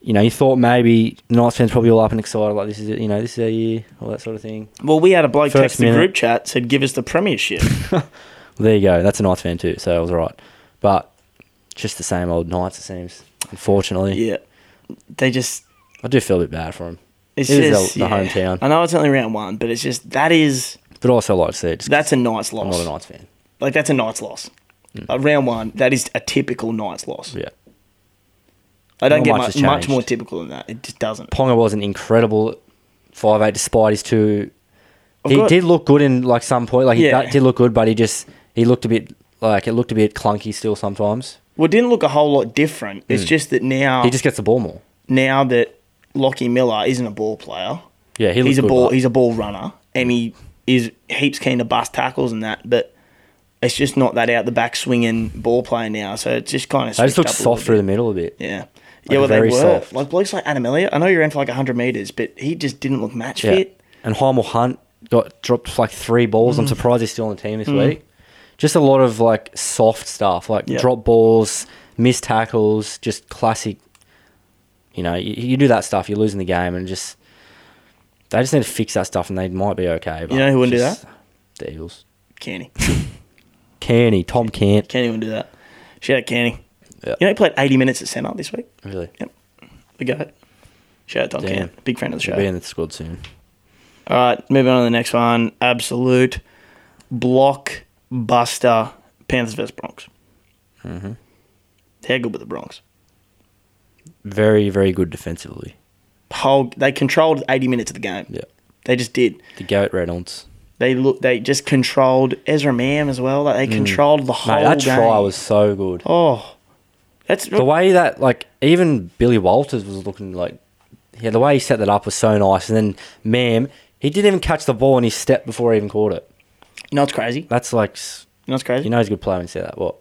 Speaker 1: You know, you thought maybe Knights fans probably all up and excited, like this is it, you know, this is our year, all that sort of thing.
Speaker 2: Well, we had a bloke
Speaker 1: First
Speaker 2: text the
Speaker 1: minute.
Speaker 2: group chat said, "Give us
Speaker 1: <laughs>
Speaker 2: the premiership."
Speaker 1: There you go. That's a Knights fan too, so I was right. But just the same old Knights, it seems. Unfortunately,
Speaker 2: yeah, they just
Speaker 1: I do feel a bit bad for them.
Speaker 2: it's
Speaker 1: It is
Speaker 2: just
Speaker 1: the- the
Speaker 2: yeah.
Speaker 1: hometown.
Speaker 2: I know it's only round one, but it's just that is
Speaker 1: But also, like I said, just
Speaker 2: that's a nice
Speaker 1: I'm
Speaker 2: loss.
Speaker 1: not a Hmm. Knights fan.
Speaker 2: Like that's a Knights loss. Uh, round one, that is a typical Knights loss.
Speaker 1: Yeah,
Speaker 2: I don't
Speaker 1: Not
Speaker 2: get
Speaker 1: much
Speaker 2: much,
Speaker 1: has
Speaker 2: much
Speaker 1: changed.
Speaker 2: more typical than that. It just doesn't.
Speaker 1: Ponga was an incredible five eight, despite his two.
Speaker 2: I've
Speaker 1: he
Speaker 2: got-
Speaker 1: did look good in like some point. Like he
Speaker 2: Oh, Yeah.
Speaker 1: that did look good, but he just he looked a bit like it looked a bit clunky still sometimes.
Speaker 2: Well, it didn't look a whole lot different. It's just that now,
Speaker 1: Hmm. He just gets the ball more.
Speaker 2: now that Lockie Miller isn't a ball player,
Speaker 1: Yeah, he looks
Speaker 2: he's a
Speaker 1: good,
Speaker 2: ball,
Speaker 1: but-
Speaker 2: he's a ball runner, and he is heaps keen to bust tackles and that. But it's just not that out the back swinging ball player now. So it's just kind of.
Speaker 1: They just look soft through the middle a bit.
Speaker 2: Yeah. yeah, well, they were.
Speaker 1: very soft.
Speaker 2: Like, blokes like Adam Elliott, I know you ran for like 100 metres, but he just didn't look match
Speaker 1: Yeah.
Speaker 2: fit. Mm.
Speaker 1: And Heimel Hunt got dropped like three balls. I'm surprised he's still on the team this week. Just a lot of like soft stuff, like
Speaker 2: Yeah.
Speaker 1: drop balls, missed tackles, just classic. You know, you, you do that stuff, you're losing the game, and just they just need to fix that stuff, and they might be okay. But
Speaker 2: You know who wouldn't do
Speaker 1: do that? The Eagles.
Speaker 2: Canny.
Speaker 1: Kearney, Tom Cant.
Speaker 2: Can't even do that. Shout out Canny.
Speaker 1: Yeah.
Speaker 2: You know, he played 80 minutes at centre this week.
Speaker 1: Really,
Speaker 2: Yep. We got it. Shout out Tom
Speaker 1: Damn.
Speaker 2: Cann. Big friend of the show.
Speaker 1: should be in the squad soon.
Speaker 2: All right, moving on to the next one. Absolute blockbuster Panthers vs. Bronx. Mm-hmm. How good were the Bronx?
Speaker 1: Very, very good defensively.
Speaker 2: Whole, they controlled 80 minutes of the game.
Speaker 1: Yeah,
Speaker 2: They just did.
Speaker 1: the Garrett Reynolds.
Speaker 2: They look. They just controlled Ezra Mam as well. Like they controlled the whole
Speaker 1: Mm. Mate, that
Speaker 2: game.
Speaker 1: try was so good.
Speaker 2: oh, that's
Speaker 1: the way that like even Billy Walters was looking like yeah, the way he set that up was so nice. And then Mam, he didn't even catch the ball and he stepped before he even caught it.
Speaker 2: you know it's crazy. You
Speaker 1: That's like s-
Speaker 2: know it's crazy.
Speaker 1: you know he's a good player when you see that. What?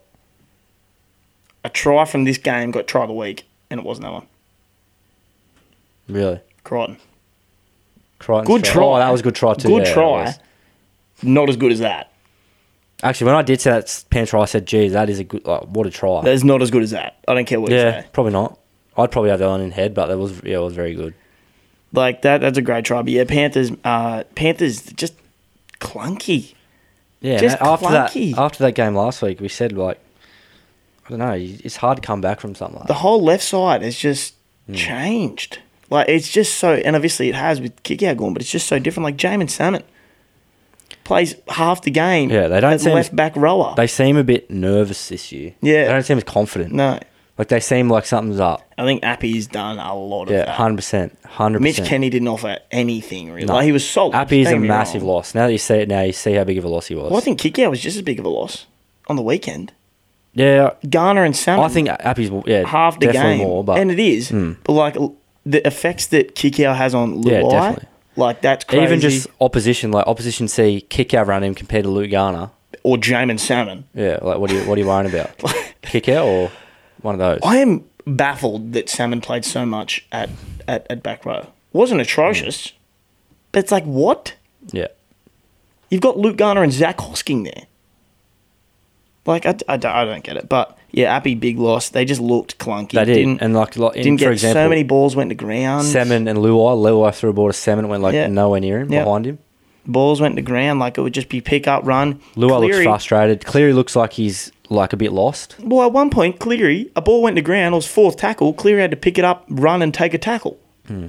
Speaker 2: a try from this game got try of the week, and it wasn't that one.
Speaker 1: Really?
Speaker 2: Crichton.
Speaker 1: Crichton's
Speaker 2: Good try.
Speaker 1: Oh, that was a good try too.
Speaker 2: Good
Speaker 1: yeah, that
Speaker 2: try.
Speaker 1: was.
Speaker 2: Not as good as that.
Speaker 1: Actually, when I did see that s- pen try, I said, "Geez, that is a good like what a try."
Speaker 2: That is not as good as that. I don't care what you
Speaker 1: yeah,
Speaker 2: say.
Speaker 1: probably not. I'd probably have that one in head, but that was yeah, it was very good.
Speaker 2: Like that. That's a great try. But yeah, Panthers. Uh, Panthers just clunky.
Speaker 1: Yeah,
Speaker 2: Just
Speaker 1: mate, after
Speaker 2: clunky.
Speaker 1: that after that game last week, we said like, I don't know, it's hard to come back from something like
Speaker 2: The
Speaker 1: that.
Speaker 2: whole left side has just
Speaker 1: Hmm.
Speaker 2: changed. Like it's just so, and obviously it has with kick out going, but it's just so different. Like Jamin Salmon plays half the game.
Speaker 1: Yeah, they don't
Speaker 2: at
Speaker 1: seem-
Speaker 2: left back rower.
Speaker 1: They seem a bit nervous this year.
Speaker 2: Yeah.
Speaker 1: they don't seem as confident.
Speaker 2: no,
Speaker 1: Like they seem like something's up.
Speaker 2: I think Appy's done a lot of
Speaker 1: Yeah,
Speaker 2: that.
Speaker 1: hundred percent, hundred
Speaker 2: Mitch
Speaker 1: percent.
Speaker 2: Kenny didn't offer anything really. Like, he was solid.
Speaker 1: Appy is
Speaker 2: don't
Speaker 1: a
Speaker 2: get me
Speaker 1: massive
Speaker 2: wrong.
Speaker 1: loss. Now that you see it, now you see how big of a loss he was.
Speaker 2: Well, I think Kickout was just as big of a loss on the weekend.
Speaker 1: yeah,
Speaker 2: Garner and Salmon.
Speaker 1: I think Appy's yeah
Speaker 2: half the
Speaker 1: definitely
Speaker 2: game,
Speaker 1: more, but hmm.
Speaker 2: and it is. But like l- the effects that Kikau has on
Speaker 1: Yeah,
Speaker 2: Luai,
Speaker 1: definitely.
Speaker 2: like that's crazy.
Speaker 1: even just opposition, like opposition see kick out around him compared to Luke Garner.
Speaker 2: or Jamin Salmon.
Speaker 1: Yeah, like what are you what are you worrying
Speaker 2: <laughs>
Speaker 1: about? kick out or one of those?
Speaker 2: I am baffled that Salmon played so much at at, at back row. Wasn't
Speaker 1: Hmm.
Speaker 2: atrocious, but it's like what
Speaker 1: yeah,
Speaker 2: you've got Luke Garner and Zach Hosking there. Like I, d- I d- I don't get it, but yeah, Appy big loss. They just looked clunky.
Speaker 1: they did,
Speaker 2: Didn't,
Speaker 1: and like, like in,
Speaker 2: didn't
Speaker 1: for
Speaker 2: get
Speaker 1: example,
Speaker 2: so many balls went to ground.
Speaker 1: Salmon and Luai. Luai threw a ball to Salmon, it went like
Speaker 2: Yeah.
Speaker 1: nowhere near him,
Speaker 2: Yeah.
Speaker 1: behind him.
Speaker 2: balls went to ground. Like it would just be pick up run.
Speaker 1: Luai looks
Speaker 2: Cleary-
Speaker 1: frustrated. Cleary looks like he's like a bit lost.
Speaker 2: Well, at one point, Cleary, a ball went to ground, it was fourth tackle. Cleary had to pick it up, run, and take a tackle.
Speaker 1: Hmm.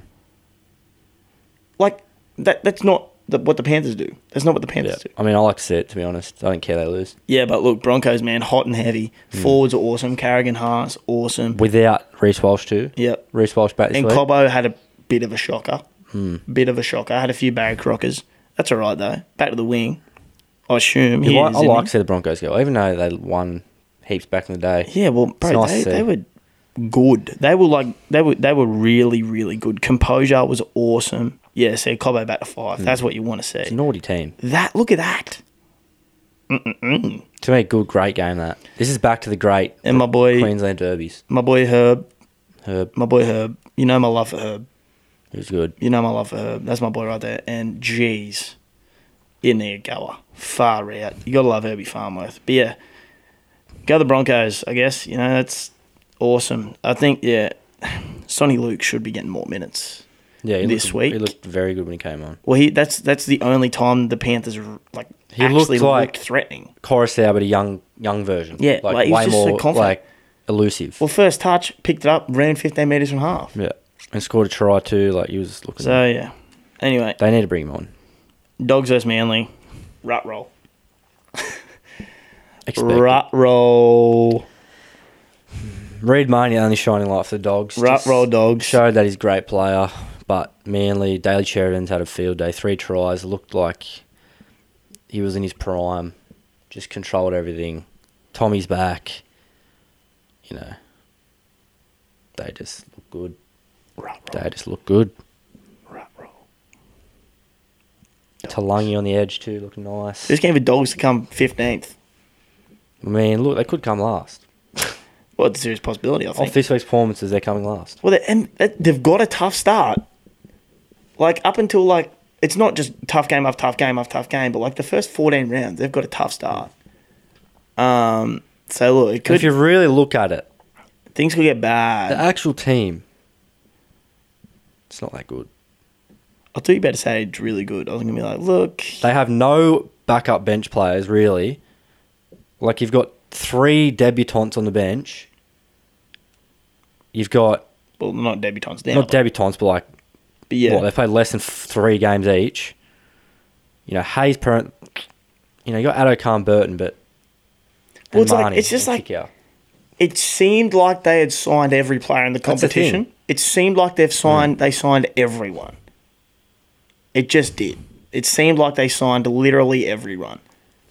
Speaker 2: Like, that that's not the, what the Panthers do. That's not what the
Speaker 1: Yeah,
Speaker 2: Panthers do.
Speaker 1: I mean, I like to see it to be honest. I don't care they lose.
Speaker 2: Yeah, but look, Broncos, man, hot and heavy.
Speaker 1: Hmm.
Speaker 2: Forwards are awesome. Carrigan Haas, awesome.
Speaker 1: Without Reese Walsh too.
Speaker 2: Yep.
Speaker 1: Reese Walsh back this
Speaker 2: and
Speaker 1: week.
Speaker 2: Cobbo had a bit of a shocker.
Speaker 1: Hmm.
Speaker 2: Bit of a shocker. Had a few Barry Crockers. That's all right, though. Back to the wing. I assume.
Speaker 1: Yeah,
Speaker 2: he
Speaker 1: I,
Speaker 2: is,
Speaker 1: I
Speaker 2: isn't
Speaker 1: like to
Speaker 2: he?
Speaker 1: see the Broncos go, even though they won heaps back in the day.
Speaker 2: Yeah, well, bro,
Speaker 1: nice
Speaker 2: they,
Speaker 1: to see.
Speaker 2: they were good. They were like they were they were really really good. Composure was awesome. Yeah, so Cobo back to
Speaker 1: Hmm.
Speaker 2: five. That's what you want to
Speaker 1: It's a
Speaker 2: see.
Speaker 1: naughty team.
Speaker 2: That look at that.
Speaker 1: To me, good, great game that. This is back to the great
Speaker 2: And my boy,
Speaker 1: Queensland derbies.
Speaker 2: my boy Herb,
Speaker 1: Herb,
Speaker 2: my boy Herb. You know my love for Herb.
Speaker 1: it was good.
Speaker 2: You know my love for Herb. That's my boy right there. And jeez, in there goer, far out. You gotta love Herbie Farmworth. But yeah, go the Broncos. I guess you know that's awesome. I think yeah, <sighs> Sonny Luke should be getting more minutes.
Speaker 1: Yeah, he
Speaker 2: This
Speaker 1: looked,
Speaker 2: week?
Speaker 1: he looked very good when he came on.
Speaker 2: Well, he that's that's the only time the Panthers r- like
Speaker 1: He
Speaker 2: actually
Speaker 1: looked like-
Speaker 2: looked threatening.
Speaker 1: Coruscant, but a young, young version.
Speaker 2: Yeah, like, he was just so confident.
Speaker 1: like elusive.
Speaker 2: Well, first touch, picked it up, ran 15 meters from half.
Speaker 1: yeah, and scored a try too. Like he was looking.
Speaker 2: So yeah. Anyway,
Speaker 1: they need to bring him on.
Speaker 2: dogs versus Manly, rut roll,
Speaker 1: Expect it.
Speaker 2: rut roll,
Speaker 1: Reed Marnie only shining light for the dogs.
Speaker 2: rut
Speaker 1: Just
Speaker 2: roll dogs.
Speaker 1: Showed that he's a great player, but Manly, Daly Sheridan's had a field day. Three tries. Looked like he was in his prime. Just controlled everything. Tommy's back. You know, they just look good.
Speaker 2: Rut roll,
Speaker 1: They just look good.
Speaker 2: rut roll.
Speaker 1: Talangi on the edge too, looking nice.
Speaker 2: This game for dogs to come 15th.
Speaker 1: I mean, look, they could come last.
Speaker 2: Well, it's a serious possibility, I think.
Speaker 1: Off this week's performances, they're coming last.
Speaker 2: Well, they, and that- they've got a tough start. Like up until like it's not just tough game after tough game after tough game, but like the first fourteen rounds, they've got a tough start. Um, so look, it
Speaker 1: And if
Speaker 2: could,
Speaker 1: you really look at it,
Speaker 2: things could get
Speaker 1: the
Speaker 2: bad.
Speaker 1: actual team, it's not that good.
Speaker 2: I thought you better say it's really good. I was gonna be like, look,
Speaker 1: They have no backup bench players really. Like you've got three debutantes on the bench. You've got
Speaker 2: well, not debutantes now,
Speaker 1: not debutantes, but like
Speaker 2: but yeah,
Speaker 1: what they played less than f- three games each. You know Hayes, parent. You know you got Addo Khan Burton, but and
Speaker 2: Well, it's like-
Speaker 1: Marnie
Speaker 2: it's just
Speaker 1: and
Speaker 2: like-
Speaker 1: Kikau.
Speaker 2: it seemed like they had signed every player in the
Speaker 1: That's the thing.
Speaker 2: competition. it seemed like they've signed they signed everyone. It just did. It seemed like they signed literally everyone.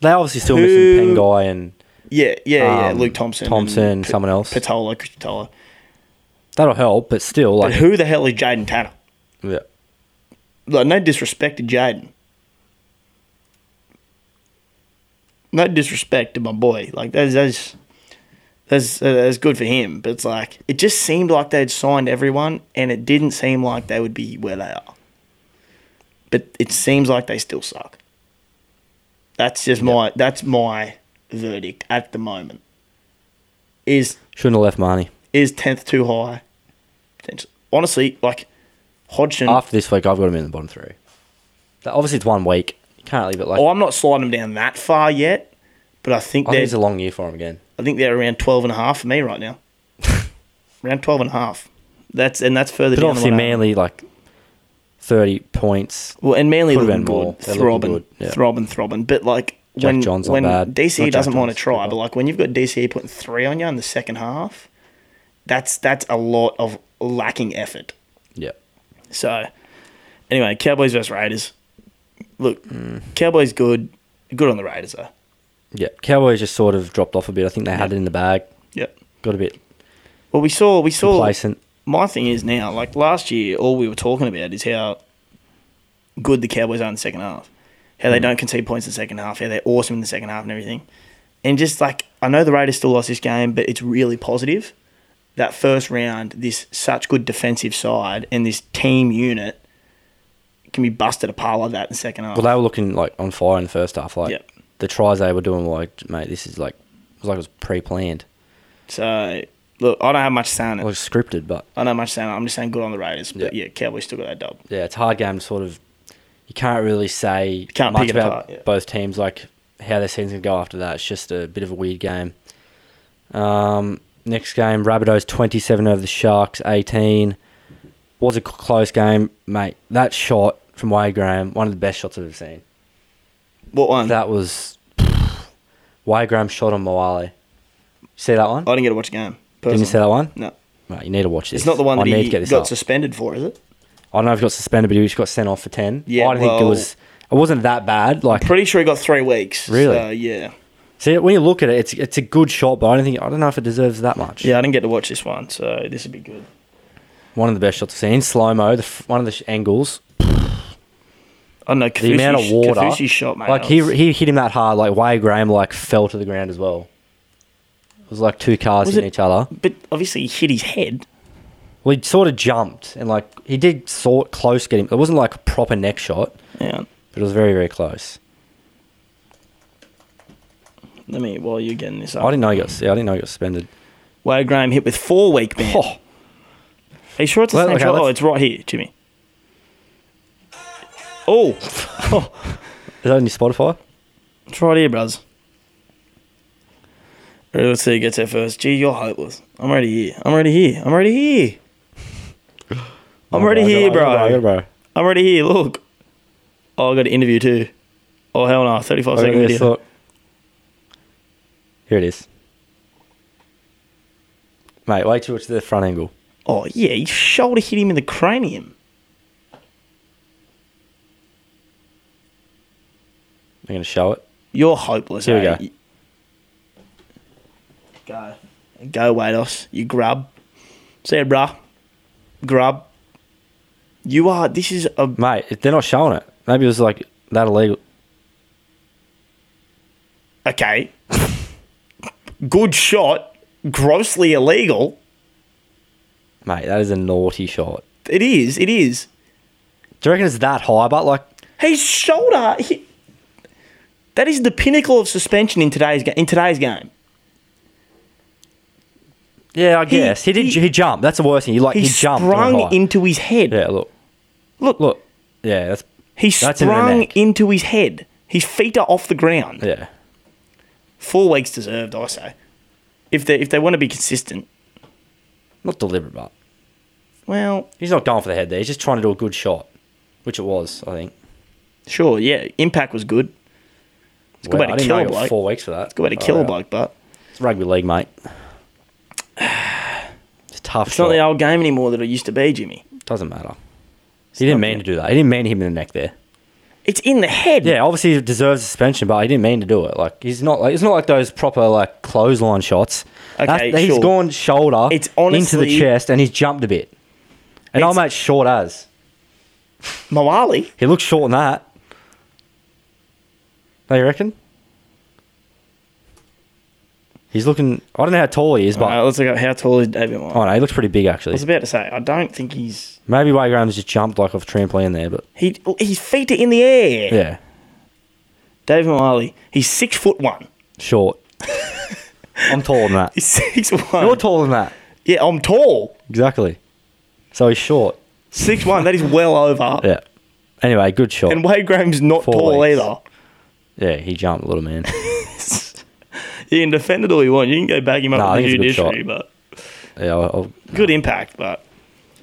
Speaker 1: they obviously still
Speaker 2: Who-
Speaker 1: missing Pengai and
Speaker 2: Yeah, yeah,
Speaker 1: um,
Speaker 2: yeah. Luke Thompson,
Speaker 1: Thompson,
Speaker 2: and P-
Speaker 1: someone else.
Speaker 2: Patola, Cucitola.
Speaker 1: That'll help, but still,
Speaker 2: But
Speaker 1: like,
Speaker 2: who the hell is Jaden Tanner?
Speaker 1: yeah.
Speaker 2: Like, no disrespect to Jaden. No disrespect to my boy. Like that's that's that's, uh, that's good for him. But it's like it just seemed like they'd signed everyone, and it didn't seem like they would be where they are. But it seems like they still suck. That's just my that's my verdict at the moment. Is
Speaker 1: shouldn't have left Marnie.
Speaker 2: is tenth too high? Potentially. Honestly, like Hodgson.
Speaker 1: After this week, I've got him in the bottom three. That, obviously, it's one week. You can't leave it like.
Speaker 2: oh, I'm not sliding them down that far yet, but I think
Speaker 1: I think
Speaker 2: they're
Speaker 1: it's Oh, a long year for him again.
Speaker 2: I think they're around 12 and a half for me
Speaker 1: <laughs>
Speaker 2: right now. around 12 and a half. That's and that's further
Speaker 1: But
Speaker 2: down.
Speaker 1: obviously,
Speaker 2: than what I-
Speaker 1: Manly like thirty points.
Speaker 2: Well, and Manly
Speaker 1: Could've
Speaker 2: looking
Speaker 1: been more.
Speaker 2: good,
Speaker 1: They're looking
Speaker 2: throbbing,
Speaker 1: good, yeah.
Speaker 2: throbbing, throbbing. But like
Speaker 1: Jack
Speaker 2: when
Speaker 1: John's not
Speaker 2: when
Speaker 1: bad.
Speaker 2: DCE
Speaker 1: Not Jack
Speaker 2: doesn't want to
Speaker 1: John's
Speaker 2: try,
Speaker 1: good.
Speaker 2: but like when you've got DCE putting three on you in the second half, That's that's a lot of lacking effort.
Speaker 1: Yeah.
Speaker 2: So, anyway, Cowboys versus Raiders. Look,
Speaker 1: Hmm.
Speaker 2: Cowboys good, good on the Raiders though.
Speaker 1: Yeah. Cowboys just sort of dropped off a bit. I think they had it in the bag.
Speaker 2: Yep.
Speaker 1: Got a bit
Speaker 2: Well, we saw we saw
Speaker 1: complacent.
Speaker 2: my thing is now, like last year, all we were talking about is how good the Cowboys are in the second half, how
Speaker 1: Hmm.
Speaker 2: they don't concede points in the second half, how they're awesome in the second half and everything. And just like, I know the Raiders still lost this game, but it's really positive. That first round, this such good defensive side and this team unit can be busted apart like that in the second half.
Speaker 1: Well, they were looking like on fire in the first half. Like
Speaker 2: Yeah.
Speaker 1: the tries they were doing, were like mate, this is like it was like it was pre-planned,
Speaker 2: so, look, I don't have much to say on
Speaker 1: it
Speaker 2: it.
Speaker 1: was scripted, but
Speaker 2: I don't have much to say on it. I'm just saying good on the Raiders. But
Speaker 1: Yeah.
Speaker 2: yeah, Cowboys still got that dub.
Speaker 1: yeah, it's a hard game to sort of. You can't really say
Speaker 2: can't
Speaker 1: much
Speaker 2: pick it
Speaker 1: about
Speaker 2: apart, yeah.
Speaker 1: both teams, like how their season's gonna go after that. It's just a bit of a weird game. Um, next game, Rabbitohs twenty-seven over the Sharks eighteen. Was a c- close game, mate. That shot from Wade Graham, one of the best shots I've ever seen.
Speaker 2: What one?
Speaker 1: That was <sighs> Wade Graham shot on Moale. See that one?
Speaker 2: I didn't get to watch a game.
Speaker 1: Didn't you
Speaker 2: personally.
Speaker 1: see that one?
Speaker 2: Oh, No.
Speaker 1: Right, you need to watch this.
Speaker 2: It's not the one
Speaker 1: I
Speaker 2: that
Speaker 1: need
Speaker 2: he
Speaker 1: to get this
Speaker 2: got
Speaker 1: up.
Speaker 2: suspended for, is it?
Speaker 1: I don't know if he got suspended, but he just got sent off for ten.
Speaker 2: Yeah,
Speaker 1: I don't think
Speaker 2: well-
Speaker 1: it was. It wasn't that bad. Like,
Speaker 2: Pretty sure he got three weeks.
Speaker 1: Really?
Speaker 2: So, yeah.
Speaker 1: see, when you look at it, it's it's a good shot, but I don't think I don't know if it deserves that much.
Speaker 2: Yeah, I didn't get to watch this one, so this would be good.
Speaker 1: one of the best shots I've seen in slow mo. The f- one of the sh- angles,
Speaker 2: I don't know.
Speaker 1: the amount of water,
Speaker 2: Kafusi shot, mate.
Speaker 1: like
Speaker 2: that
Speaker 1: he
Speaker 2: was-
Speaker 1: he hit him that hard. Like Way Graham like fell to the ground as well. It was like two cars
Speaker 2: Was
Speaker 1: in
Speaker 2: it-
Speaker 1: each other.
Speaker 2: but obviously he hit his head.
Speaker 1: Well, he sort of jumped and like he did sort close get him. It wasn't like a proper neck shot,
Speaker 2: Yeah.
Speaker 1: but it was very very close.
Speaker 2: Let me, while you're getting this up.
Speaker 1: I didn't know he got. Yeah, I didn't know he got suspended.
Speaker 2: Wade Graham hit with four week ban.
Speaker 1: Oh,
Speaker 2: Are you sure it's the
Speaker 1: Well,
Speaker 2: same
Speaker 1: okay,
Speaker 2: shot? Oh,
Speaker 1: let's-
Speaker 2: it's right here, Jimmy. Oh. <laughs> oh.
Speaker 1: is that on your Spotify?
Speaker 2: It's right here, bros. All right, let's see who gets there first. Gee, you're hopeless. I'm already here. I'm already here. I'm already
Speaker 1: <laughs>
Speaker 2: here. I'm already
Speaker 1: Oh,
Speaker 2: here, bro. I'm already here. Look. Oh, I got an interview too. Oh, hell no. 35 second
Speaker 1: Okay,
Speaker 2: video.
Speaker 1: so- Here it is. Mate, wait till it's the front angle.
Speaker 2: Oh, yeah. His shoulder hit him in the cranium.
Speaker 1: I'm going to show it.
Speaker 2: You're hopeless.
Speaker 1: Here we
Speaker 2: eh?
Speaker 1: go.
Speaker 2: You- Go. Go, Wados. You grub. See ya, bruh. Grub. You are. This is a.
Speaker 1: Mate, if they're not showing it. Maybe it was like that illegal.
Speaker 2: Okay. Good shot. Grossly illegal.
Speaker 1: Mate, that is a naughty shot.
Speaker 2: It is. It is.
Speaker 1: Do you reckon it's that high? But like,
Speaker 2: His shoulder. He, that is the pinnacle of suspension in today's game. In today's game,
Speaker 1: yeah, I guess he, did.
Speaker 2: he-
Speaker 1: He, jumped. That's the worst thing. He like
Speaker 2: he,
Speaker 1: he, jumped. and went
Speaker 2: sprung
Speaker 1: high.
Speaker 2: into his head.
Speaker 1: Yeah, look,
Speaker 2: Look,
Speaker 1: look. Yeah, that's
Speaker 2: He
Speaker 1: That's into the
Speaker 2: sprung
Speaker 1: neck.
Speaker 2: into his head. His feet are off the ground.
Speaker 1: yeah.
Speaker 2: Four weeks deserved, I say. If they if they want to be consistent,
Speaker 1: Not deliberate, but
Speaker 2: well,
Speaker 1: he's not going for the head there. He's just trying to do a good shot, which it was, I think.
Speaker 2: sure, yeah. Impact was good. It's good
Speaker 1: Wow,
Speaker 2: way
Speaker 1: I
Speaker 2: to
Speaker 1: didn't
Speaker 2: kill
Speaker 1: know
Speaker 2: a
Speaker 1: he got
Speaker 2: bloke.
Speaker 1: four weeks for that. uh,
Speaker 2: Good way to
Speaker 1: Far
Speaker 2: kill a
Speaker 1: out.
Speaker 2: bloke, but
Speaker 1: It's rugby league, mate. <sighs> It's a tough
Speaker 2: it's
Speaker 1: shot.
Speaker 2: not the old game anymore that it used to be, Jimmy.
Speaker 1: Doesn't matter. He didn't mean to do that. He didn't mean to hit him in the neck there.
Speaker 2: It's in the head.
Speaker 1: Yeah, obviously he deserves suspension, but he didn't mean to do it. Like he's not like it's not like those proper like clothesline shots.
Speaker 2: Okay,
Speaker 1: That's-
Speaker 2: sure.
Speaker 1: He's gone shoulder
Speaker 2: It's
Speaker 1: into
Speaker 2: honestly-
Speaker 1: the chest and he's jumped a bit. And I'm
Speaker 2: It's-
Speaker 1: at short as.
Speaker 2: Moali.
Speaker 1: He looks short in that. No, you reckon? He's looking I don't know how tall he is, but
Speaker 2: Alright, let's look up how tall is David Moali.
Speaker 1: oh no, he looks pretty big
Speaker 2: I was
Speaker 1: actually.
Speaker 2: about to say, I don't think he's
Speaker 1: Maybe Way Graham's just jumped like off a trampoline there, but
Speaker 2: he his feet are in the air.
Speaker 1: yeah.
Speaker 2: David Moali. He's six foot one. <laughs>
Speaker 1: Short. I'm taller than that.
Speaker 2: He's <laughs> six one.
Speaker 1: You're taller than that.
Speaker 2: Yeah, I'm tall.
Speaker 1: Exactly. So he's short.
Speaker 2: Six one. That is well over.
Speaker 1: Yeah. Anyway, good shot.
Speaker 2: And Wade Graham's not
Speaker 1: Four
Speaker 2: tall
Speaker 1: weeks.
Speaker 2: either.
Speaker 1: yeah, he jumped, little man. <laughs>
Speaker 2: You can defend it all you want. You can go back him up
Speaker 1: Nah, I
Speaker 2: with the
Speaker 1: think it's a good
Speaker 2: judiciary, but
Speaker 1: yeah, I'll, I'll-
Speaker 2: good impact. But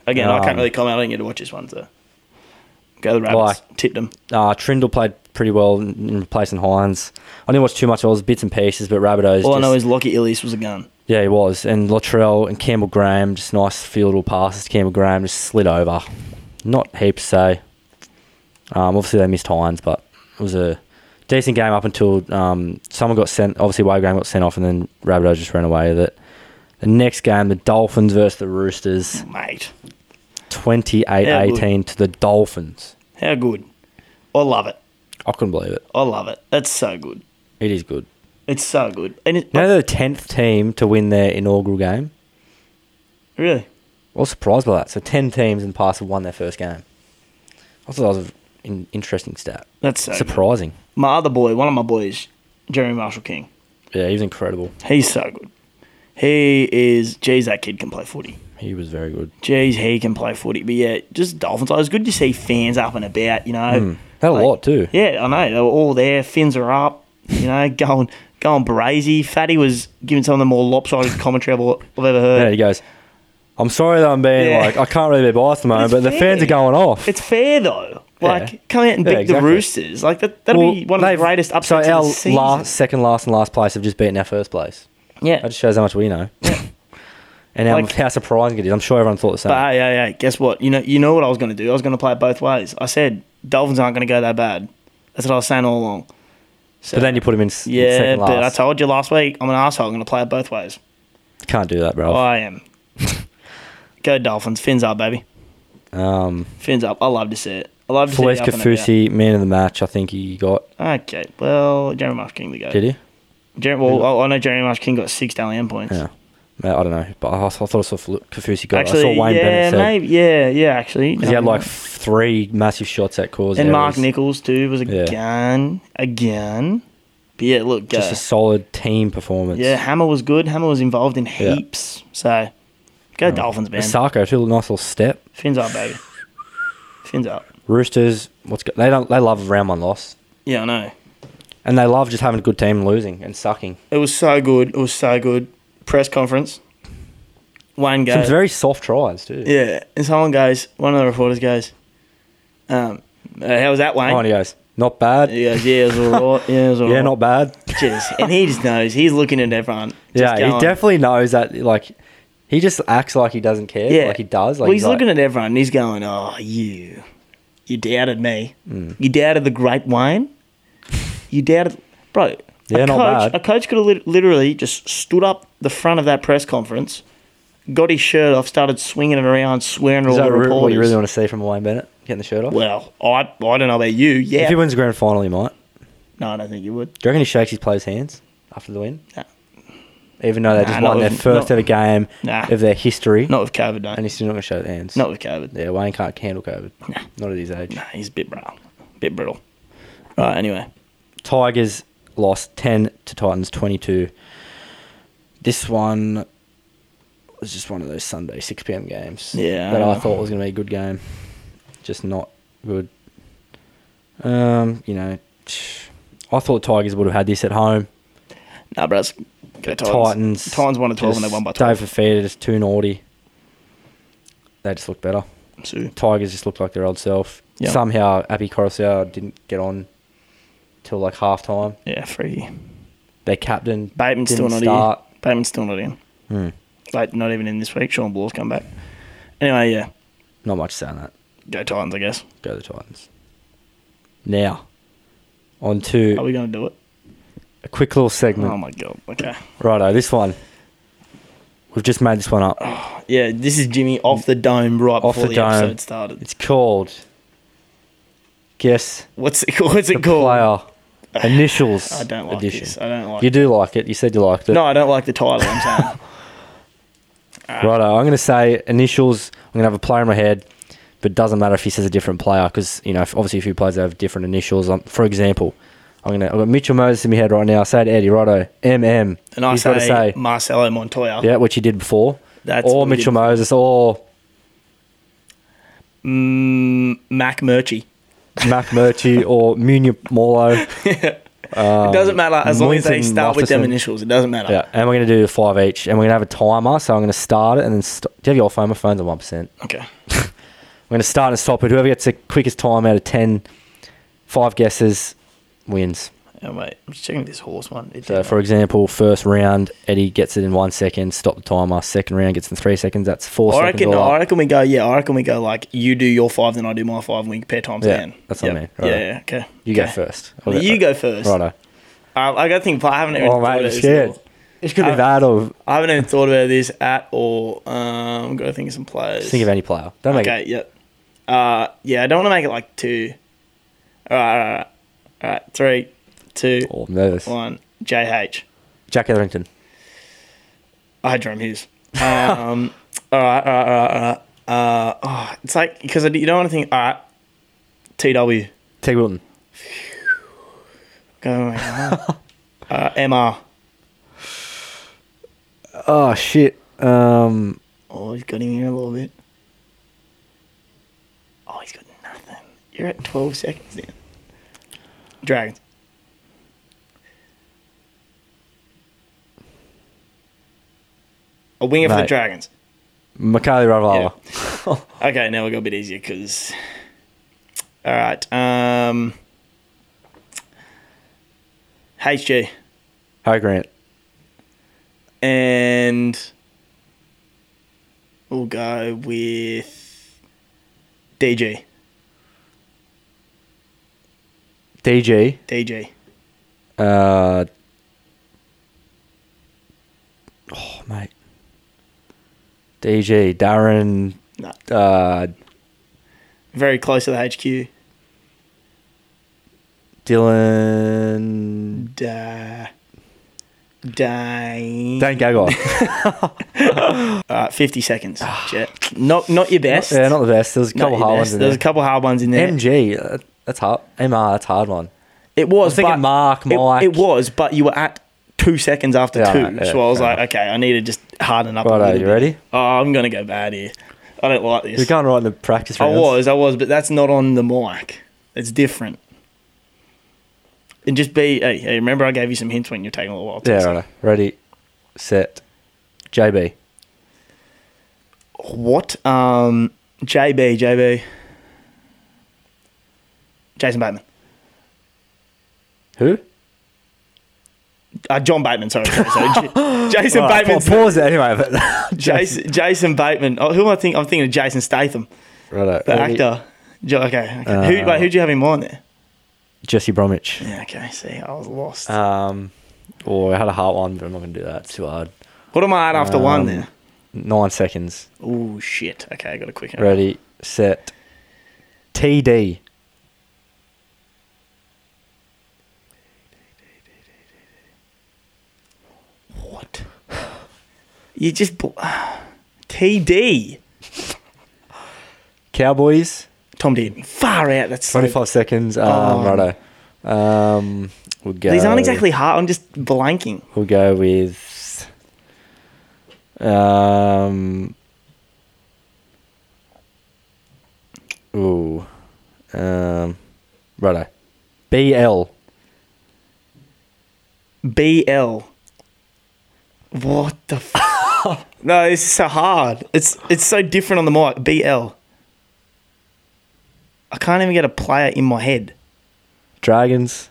Speaker 2: again, I can't
Speaker 1: Um,
Speaker 2: really comment. I didn't get to watch this one, so go the rabbits.
Speaker 1: Like-
Speaker 2: Tipped them.
Speaker 1: uh, Trindle played pretty well in in replacing Hines. I didn't watch too much. of it was bits and pieces, but Rabbitohs.
Speaker 2: All I
Speaker 1: just,
Speaker 2: know is Lockie Illius was a gun.
Speaker 1: Yeah, he was. And Luttrell and Campbell Graham, just nice field all passes. Campbell Graham just slid over. Not heaps, so. Um, obviously, they missed Hines, but it was a decent game up until um, someone got sent. Obviously, Wade Graham got sent off, and then Rabbitoh just ran away with it. The next game, the Dolphins versus the Roosters,
Speaker 2: mate.
Speaker 1: 28
Speaker 2: Yeah, good.
Speaker 1: 18 to the Dolphins.
Speaker 2: How good. I love it.
Speaker 1: I couldn't believe it.
Speaker 2: I love it. That's so good.
Speaker 1: It is good.
Speaker 2: It's so good. And it,
Speaker 1: You know, they're the 10th team to win their inaugural game.
Speaker 2: really,
Speaker 1: I was surprised by that. So 10 teams in the past have won their first game. I thought that was an interesting stat.
Speaker 2: that's so good.
Speaker 1: Surprising.
Speaker 2: My other boy, one of my boys, Jeremy Marshall King.
Speaker 1: Yeah, he was incredible.
Speaker 2: He's so good. He is. Geez, that kid can play footy.
Speaker 1: He was very good.
Speaker 2: Geez, he can play footy. But yeah, just Dolphins. It was good to see fans up and about. You know,
Speaker 1: Hmm. Had a
Speaker 2: Like,
Speaker 1: lot too.
Speaker 2: Yeah, I know. They were all there. Fins are up. You know, <laughs> going going brazy. Fatty was giving some of the more lopsided commentary I've al- I've ever
Speaker 1: Yeah,
Speaker 2: heard.
Speaker 1: he goes, I'm sorry that I'm being
Speaker 2: Yeah.
Speaker 1: like, I can't really be biased at the moment,
Speaker 2: it's
Speaker 1: but the fans
Speaker 2: fair.
Speaker 1: are going off.
Speaker 2: It's fair though. Like
Speaker 1: Yeah.
Speaker 2: come out and
Speaker 1: Yeah,
Speaker 2: pick
Speaker 1: exactly.
Speaker 2: the Roosters. Like that. That'll be one of the
Speaker 1: they've-
Speaker 2: greatest upsets
Speaker 1: So our
Speaker 2: of the season.
Speaker 1: last, second last, and last place have just beaten our first place.
Speaker 2: yeah.
Speaker 1: That just shows how much we know. <laughs> and how,
Speaker 2: Like-
Speaker 1: how surprising it is. I'm sure everyone thought the same.
Speaker 2: But uh, hey, hey, hey, guess what? You know, you know what I was going to do. I was going to play it both ways. I said Dolphins aren't going to go that bad. That's what I was saying all along. So
Speaker 1: but then you put him in s-
Speaker 2: yeah,
Speaker 1: second last.
Speaker 2: but I told you last week I'm an asshole. I'm going to play it both ways.
Speaker 1: Can't do that, bro. <laughs>
Speaker 2: I am. go Dolphins. Fins up, baby.
Speaker 1: Um,
Speaker 2: Fins up. I love to see it. I love to
Speaker 1: Felice
Speaker 2: see it. up and about.
Speaker 1: Kafusi, man of the match, I think he got.
Speaker 2: Okay, well, Jeremy Marsh King the go.
Speaker 1: Did he?
Speaker 2: Jer- well, I- I know Jeremy Marsh King got six LM points.
Speaker 1: Yeah. No, I don't know, but I, I thought I saw Fel- Kafusi got. it.
Speaker 2: Actually,
Speaker 1: I saw Wayne
Speaker 2: yeah,
Speaker 1: Bennett said
Speaker 2: maybe, yeah, yeah. Actually,
Speaker 1: 'cause he had like f- three massive shots at cause.
Speaker 2: and Mark
Speaker 1: errors.
Speaker 2: Nichols too was a
Speaker 1: Yeah.
Speaker 2: gun, a gun. But yeah, look, go.
Speaker 1: just a solid team performance.
Speaker 2: Yeah, Hammer was good. Hammer was involved in
Speaker 1: Yeah.
Speaker 2: heaps. So go Dolphins, man.
Speaker 1: Sarko too, a nice little step.
Speaker 2: Fins up, baby. Fins up.
Speaker 1: Roosters, what's go- they don't they love round one loss,
Speaker 2: Yeah, I know.
Speaker 1: and they love just having a good team and losing and sucking.
Speaker 2: It was so good. It was so good. Press conference. Wayne
Speaker 1: Some
Speaker 2: goes.
Speaker 1: very soft tries too.
Speaker 2: yeah, and someone goes. One of the reporters goes. Um, uh, how was that, Wayne?
Speaker 1: Oh, and he goes, not bad.
Speaker 2: He goes, yeah, it was all right. Yeah, it was all
Speaker 1: <laughs> Yeah,
Speaker 2: right."
Speaker 1: not bad.
Speaker 2: Jeez. And he just knows. He's looking at everyone.
Speaker 1: yeah,
Speaker 2: just going,
Speaker 1: he definitely knows that. Like, he just acts like he doesn't care.
Speaker 2: Yeah,
Speaker 1: like he does. Like
Speaker 2: well, he's, looking at everyone. and He's going, "Oh, you, you doubted me.
Speaker 1: Mm.
Speaker 2: You doubted the great Wayne. You doubted, bro.
Speaker 1: Yeah,
Speaker 2: a
Speaker 1: not
Speaker 2: coach,
Speaker 1: bad.
Speaker 2: A coach could have lit- literally just stood up the front of that press conference, got his shirt off, started swinging it around, swearing at
Speaker 1: Is
Speaker 2: all
Speaker 1: that
Speaker 2: the
Speaker 1: re-
Speaker 2: reporters.
Speaker 1: what you really want to see from Wayne Bennett getting the shirt off?
Speaker 2: well, I, I don't know about you. Yeah,
Speaker 1: If he wins the grand final, he might.
Speaker 2: no, I don't think you would.
Speaker 1: Do you reckon he shakes his players' hands after the win?
Speaker 2: Nah.
Speaker 1: Even though they
Speaker 2: Nah,
Speaker 1: just
Speaker 2: not
Speaker 1: won their
Speaker 2: with-
Speaker 1: first
Speaker 2: not-
Speaker 1: ever game
Speaker 2: Nah.
Speaker 1: of their history,
Speaker 2: Not with COVID, no.
Speaker 1: and he's still not going to shake hands.
Speaker 2: Not with COVID.
Speaker 1: Yeah, Wayne can't handle COVID. Not at his age.
Speaker 2: Nah, he's a bit brittle. Bit brittle. Right. Anyway,
Speaker 1: Tigers lost 10 to Titans 22. This one was just one of those Sunday 6 p.m. games
Speaker 2: Yeah, I
Speaker 1: that I
Speaker 2: know.
Speaker 1: thought was going to be a good game. Just not good. Um, you know, I thought Tigers would have had this at home.
Speaker 2: nah, bros. Go Titans.
Speaker 1: Titans.
Speaker 2: Titans won at twelve, and they
Speaker 1: just
Speaker 2: won by twelve.
Speaker 1: Dave Fafita just too naughty. They just looked better.
Speaker 2: So,
Speaker 1: Tigers just looked like their old self.
Speaker 2: Yeah.
Speaker 1: Somehow, Abby Coruscant didn't get on till like half time.
Speaker 2: yeah, free.
Speaker 1: Their captain
Speaker 2: Bateman's
Speaker 1: didn't
Speaker 2: still not
Speaker 1: start.
Speaker 2: in. Bateman's still not in.
Speaker 1: Hmm.
Speaker 2: Like not even in this week. Sean Blaw's come back. Anyway, yeah,
Speaker 1: Not much saying that.
Speaker 2: go Titans, I guess.
Speaker 1: Go the Titans. Now, on to
Speaker 2: Are we going to do it?
Speaker 1: a quick little
Speaker 2: Oh
Speaker 1: segment.
Speaker 2: my god. Okay.
Speaker 1: Righto, this one. We've just made this one up.
Speaker 2: <sighs> Yeah, this is Jimmy off the dome right
Speaker 1: Off
Speaker 2: before
Speaker 1: the
Speaker 2: the,
Speaker 1: dome.
Speaker 2: episode started.
Speaker 1: It's called Guess
Speaker 2: What's it called? What's
Speaker 1: the
Speaker 2: it called? <sighs>
Speaker 1: Player Initials
Speaker 2: I don't like
Speaker 1: Edition.
Speaker 2: this. I don't like.
Speaker 1: You do like it. You said you liked it.
Speaker 2: No, I don't like the title. I'm
Speaker 1: <laughs>
Speaker 2: saying.
Speaker 1: Righto, I'm going to say initials. I'm going to have a player in my head, but it doesn't matter if he says a different player because, you know, if, obviously a few players have different initials. Um, for example, I'm going to, I've got Mitchell Moses in my head right now. I say it to Eddie, righto, MM.
Speaker 2: and I
Speaker 1: He's
Speaker 2: say,
Speaker 1: gotta
Speaker 2: Marcelo Montoya.
Speaker 1: yeah, which he did before.
Speaker 2: That's
Speaker 1: or
Speaker 2: what we
Speaker 1: Mitchell
Speaker 2: did.
Speaker 1: Moses or
Speaker 2: Mm, Mac Murchie.
Speaker 1: Mac
Speaker 2: <laughs>
Speaker 1: Murchie or Munya Morlo. Uh,
Speaker 2: it doesn't matter as long as they
Speaker 1: Moynton
Speaker 2: start with them
Speaker 1: Loftus-Cheek.
Speaker 2: initials. It doesn't matter.
Speaker 1: Yeah, and we're going to do five each. And we're going to have a timer. So I'm going to start it and then st- Do you have your phone? My phone's on 1%.
Speaker 2: Okay.
Speaker 1: We're going to start and stop it. Whoever gets the quickest time out of 10, five guesses wins.
Speaker 2: Oh wait, I'm just checking this horse one. It
Speaker 1: So,
Speaker 2: didn't-
Speaker 1: for example, first round, Eddie gets it in one second, stop the timer. Second round, gets it in three seconds. That's four
Speaker 2: I
Speaker 1: seconds.
Speaker 2: reckon.
Speaker 1: all
Speaker 2: I
Speaker 1: up.
Speaker 2: reckon we go. Yeah, I reckon we go like you do your five, then I do my five, and we pair times
Speaker 1: Yeah,
Speaker 2: again.
Speaker 1: that's what I mean. Right.
Speaker 2: Yeah, yeah. Okay.
Speaker 1: You go
Speaker 2: okay.
Speaker 1: first.
Speaker 2: You go first.
Speaker 1: Righto.
Speaker 2: Um, I got to think. I haven't even.
Speaker 1: Oh,
Speaker 2: thought
Speaker 1: mate,
Speaker 2: about
Speaker 1: I'm
Speaker 2: this
Speaker 1: scared.
Speaker 2: at all.
Speaker 1: It could
Speaker 2: Uh,
Speaker 1: be that or
Speaker 2: I haven't even thought about this at all. Um, I'm gonna think of some players.
Speaker 1: think of any player. Don't make it.
Speaker 2: Okay. Yep. Uh, yeah. I don't want to make it like two. All right. All right. All right. Three, two,
Speaker 1: Oh, I'm nervous.
Speaker 2: one. JH.
Speaker 1: Jack Etherington.
Speaker 2: I had Jerome Hughes. Um, <laughs> all right, all right, all right, all right. Uh, oh, it's like because you don't want to think. "Ah, All right, TW.
Speaker 1: T. Wilton.
Speaker 2: Go away. uh, MR.
Speaker 1: Oh, shit. Um,
Speaker 2: Oh, he's got him here a little bit. Oh, he's got nothing. You're at twelve seconds then. Dragons. A winger for the
Speaker 1: Mate.
Speaker 2: Dragons.
Speaker 1: Makali Ravala.
Speaker 2: Okay, now we got a bit easier because. All right. Um. HG
Speaker 1: Harry Grant.
Speaker 2: and we'll go with DG.
Speaker 1: DG.
Speaker 2: DG.
Speaker 1: Uh, oh, mate. DG. Darren.
Speaker 2: No,
Speaker 1: Uh,
Speaker 2: very close to the HQ.
Speaker 1: Dylan.
Speaker 2: Da. Dang.
Speaker 1: Dan <laughs> Gagai.
Speaker 2: All right, fifty seconds. Jet. Not not your best.
Speaker 1: Ah. Yeah, not the best. There's a
Speaker 2: Not
Speaker 1: couple
Speaker 2: your
Speaker 1: hard
Speaker 2: best.
Speaker 1: ones in
Speaker 2: There's
Speaker 1: there.
Speaker 2: a couple hard ones in there.
Speaker 1: MG, uh, that's hard. MR, that's a hard one.
Speaker 2: It was.
Speaker 1: I was thinking
Speaker 2: but
Speaker 1: Mark,
Speaker 2: it-
Speaker 1: Mike.
Speaker 2: It, was, but you were at two seconds after
Speaker 1: Yeah,
Speaker 2: two.
Speaker 1: yeah,
Speaker 2: so I was
Speaker 1: fair
Speaker 2: like, okay, I need to just harden up. a
Speaker 1: Righto,
Speaker 2: little
Speaker 1: you
Speaker 2: bit.
Speaker 1: ready?
Speaker 2: Oh, I'm gonna go bad here. I don't like
Speaker 1: We're
Speaker 2: this.
Speaker 1: going right in the practice
Speaker 2: I
Speaker 1: rounds.
Speaker 2: was, I was, but that's not on the mic. It's different. And just be, hey, hey, remember I gave you some hints when you're taking a little while. to
Speaker 1: Yeah,
Speaker 2: decide.
Speaker 1: righto. Ready, set, JB.
Speaker 2: What? Um, JB, JB, Jason Bateman,
Speaker 1: Who?
Speaker 2: uh, John Bateman. Sorry,
Speaker 1: <laughs>
Speaker 2: sorry, sorry. J- Jason
Speaker 1: All right, pa-
Speaker 2: Bateman's
Speaker 1: pause it anyway. <laughs> But
Speaker 2: Jason, Jason Bateman. Oh, who am I think? I'm thinking of Jason Statham,
Speaker 1: righto.
Speaker 2: the
Speaker 1: Ready?
Speaker 2: actor. Jo- okay. okay. who, wait, who'd you have in mind there?
Speaker 1: Jesse Bromwich.
Speaker 2: Yeah, okay. See, I was lost.
Speaker 1: Um, oh, I had a hard one, but I'm not going to do that. It's too hard.
Speaker 2: what am I at after one
Speaker 1: um,
Speaker 2: there?
Speaker 1: Nine seconds.
Speaker 2: Oh shit. Okay, I got a quick.
Speaker 1: Ready, set, TD.
Speaker 2: What? You just bl- TD.
Speaker 1: Cowboys.
Speaker 2: Tom did far out. That's so,
Speaker 1: 25 seconds. Um,
Speaker 2: Oh.
Speaker 1: Righto. Um, we'll go.
Speaker 2: these aren't exactly hard. I'm just blanking.
Speaker 1: We'll go with um Ooh. Um righto. BL.
Speaker 2: BL. What the? F- no, this is so hard. It's it's so different on the mic. BL. I can't even get a player in my head.
Speaker 1: Dragons.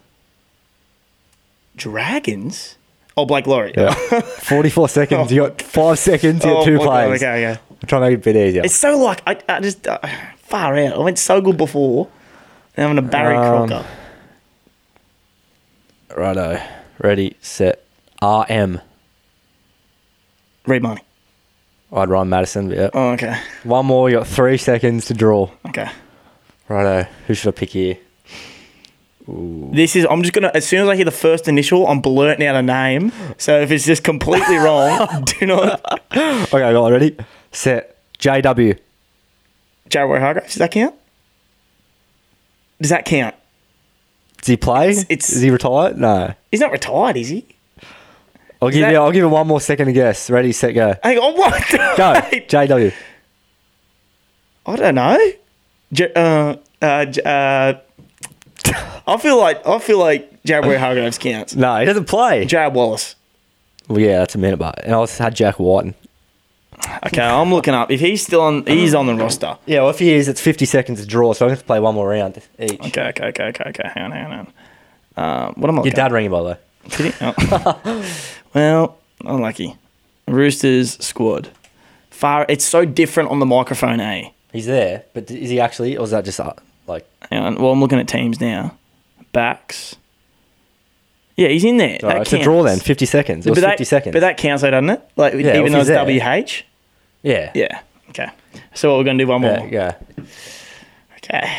Speaker 2: Dragons. Oh, Blake Laurie.
Speaker 1: Yeah.
Speaker 2: <laughs>
Speaker 1: 44 seconds. You got 5 seconds. You
Speaker 2: Oh,
Speaker 1: got two
Speaker 2: my God,
Speaker 1: players.
Speaker 2: Okay, okay.
Speaker 1: I'm trying to make it a bit easier.
Speaker 2: It's so like I, I just uh, far out. I went so good before. Now I'm gonna Barry
Speaker 1: Um,
Speaker 2: Crocker.
Speaker 1: Righto. Ready, set. RM.
Speaker 2: Read money.
Speaker 1: I'd run Madison, but yeah.
Speaker 2: Oh, okay.
Speaker 1: One more. You got 3 seconds to draw.
Speaker 2: Okay.
Speaker 1: Righto. Who should I pick here?
Speaker 2: This is. I'm just gonna. As soon as I hear the first initial, I'm blurting out a name. So if it's just
Speaker 1: <laughs>
Speaker 2: completely wrong, do not.
Speaker 1: Okay, got it. Ready, set. JW.
Speaker 2: Jared Hargraves. Does that count? Does that count?
Speaker 1: Does he play?
Speaker 2: it's-
Speaker 1: Is he retired? No.
Speaker 2: He's not retired, is he?
Speaker 1: I'll give
Speaker 2: that-
Speaker 1: you. I'll give you one more second to guess. Ready, set,
Speaker 2: <laughs>
Speaker 1: go.
Speaker 2: Hang on. What? <laughs> the-
Speaker 1: Go.
Speaker 2: Wait,
Speaker 1: JW.
Speaker 2: I don't know. J- uh, uh, J- uh, <laughs> I feel like I feel like Jared Hargraves counts.
Speaker 1: No, he doesn't play.
Speaker 2: Jared Wallace.
Speaker 1: well, yeah, that's a minute, but and I also had Jack Whiten.
Speaker 2: Okay, I'm looking up. If he's still on, he's on the roster.
Speaker 1: Yeah, well, if he is, it's fifty seconds to draw, so I'm going to play one more round each.
Speaker 2: Okay, okay, okay, okay, okay. Hang on, hang on. Um, what am
Speaker 1: Your
Speaker 2: I? looking
Speaker 1: dad rang him by the way.
Speaker 2: at? Did he? Oh. <laughs> well, unlucky. Roosters squad. Far. It's so different on the microphone, eh?
Speaker 1: He's there, but d- is he actually, or is that just uh, like?
Speaker 2: Hang on. Well, I'm looking at teams now. Backs. Yeah, he's in there.
Speaker 1: Alright,
Speaker 2: that
Speaker 1: it's a draw then.
Speaker 2: counts.
Speaker 1: Fifty seconds. It
Speaker 2: But
Speaker 1: was
Speaker 2: that,
Speaker 1: fifty seconds.
Speaker 2: But that counts, though, doesn't it? Like,
Speaker 1: Yeah,
Speaker 2: even
Speaker 1: if
Speaker 2: though it's
Speaker 1: he's there.
Speaker 2: WH.
Speaker 1: yeah.
Speaker 2: Yeah. Okay. So what we're gonna do one more.
Speaker 1: Yeah, yeah.
Speaker 2: Okay.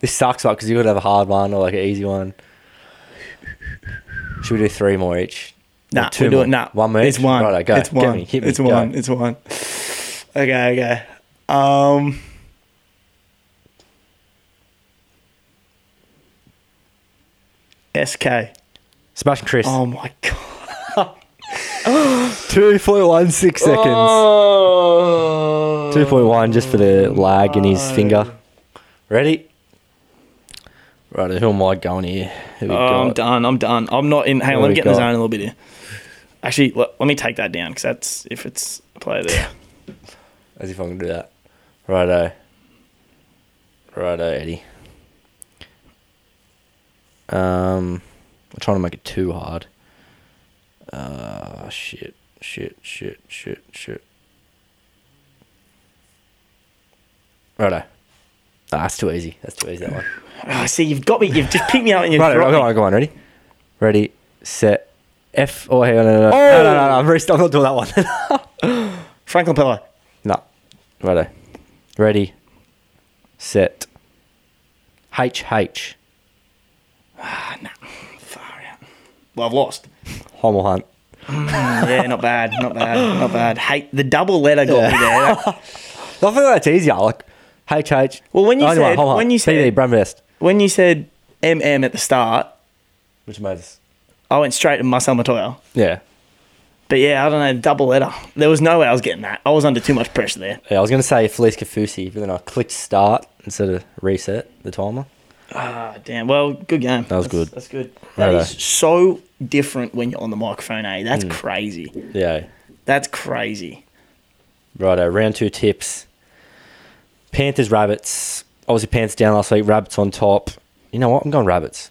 Speaker 1: This sucks, like, because you could have a hard one or like an easy one. Should we do three more each? Or
Speaker 2: Nah,
Speaker 1: more?
Speaker 2: we're doing nah.
Speaker 1: One more.
Speaker 2: It's
Speaker 1: each?
Speaker 2: one.
Speaker 1: Righto, go.
Speaker 2: It's
Speaker 1: Get
Speaker 2: one.
Speaker 1: me, hit me,
Speaker 2: It's
Speaker 1: go.
Speaker 2: one. It's one. Okay. Okay. Um. SK.
Speaker 1: Sebastian Chris.
Speaker 2: Oh my god.
Speaker 1: Two point one six seconds. Two point one, just for the lag in his finger. Ready? Right, who am I going here? Who we
Speaker 2: Oh, I'm
Speaker 1: got?
Speaker 2: done. I'm done. I'm not in. Hang on.
Speaker 1: What
Speaker 2: Let me
Speaker 1: we
Speaker 2: get in the
Speaker 1: got?
Speaker 2: zone a little bit here. Actually, let, let me take that down because that's if it's a player there.
Speaker 1: As if I can do that. Righto. Righto, Eddie. Um, I'm trying to make it too hard. Uh, shit, shit, shit, shit, shit. Righto. Ah, that's too easy. That's too easy, that <laughs> one.
Speaker 2: Oh, see, you've got me. You've just picked me out and
Speaker 1: <laughs>
Speaker 2: you've
Speaker 1: Right, right,
Speaker 2: dropped
Speaker 1: go
Speaker 2: me.
Speaker 1: on, go on. Ready? Ready, set, F. Oh, hang on, no, no, no. no, no, no, no, I'm, very, I'm not doing that one. <laughs>
Speaker 2: Franklin Pillar.
Speaker 1: no. Righto. Ready, set, H, H.
Speaker 2: Far out. Well, I've lost.
Speaker 1: Hommel Hunt.
Speaker 2: yeah, not bad, not bad, not bad. Hate the double letter got me there. That-
Speaker 1: I feel like that's easier. Like, H, H.
Speaker 2: Well, when you
Speaker 1: anyway,
Speaker 2: said-
Speaker 1: Hommel
Speaker 2: when
Speaker 1: Hunt.
Speaker 2: you
Speaker 1: PD,
Speaker 2: said-
Speaker 1: Bramvest.
Speaker 2: <laughs> When you said MM at the start,
Speaker 1: Which Moses?
Speaker 2: I went straight to Marcel Matoya.
Speaker 1: Yeah.
Speaker 2: But yeah, I don't know, double letter. There was no way I was getting that. I was under too much pressure there.
Speaker 1: Yeah, I was going to say Felice Kafusi, but then I clicked start instead of reset the timer.
Speaker 2: Ah, damn. Well, good game. That
Speaker 1: was good.
Speaker 2: That's good. That
Speaker 1: Righto.
Speaker 2: is so different when you're on the microphone, eh? That's
Speaker 1: Hmm.
Speaker 2: crazy.
Speaker 1: Yeah.
Speaker 2: That's crazy.
Speaker 1: Righto, round two tips. Panthers, Rabbits. Obviously, Panthers down last week, Rabbits on top. You know what? I'm going Rabbits.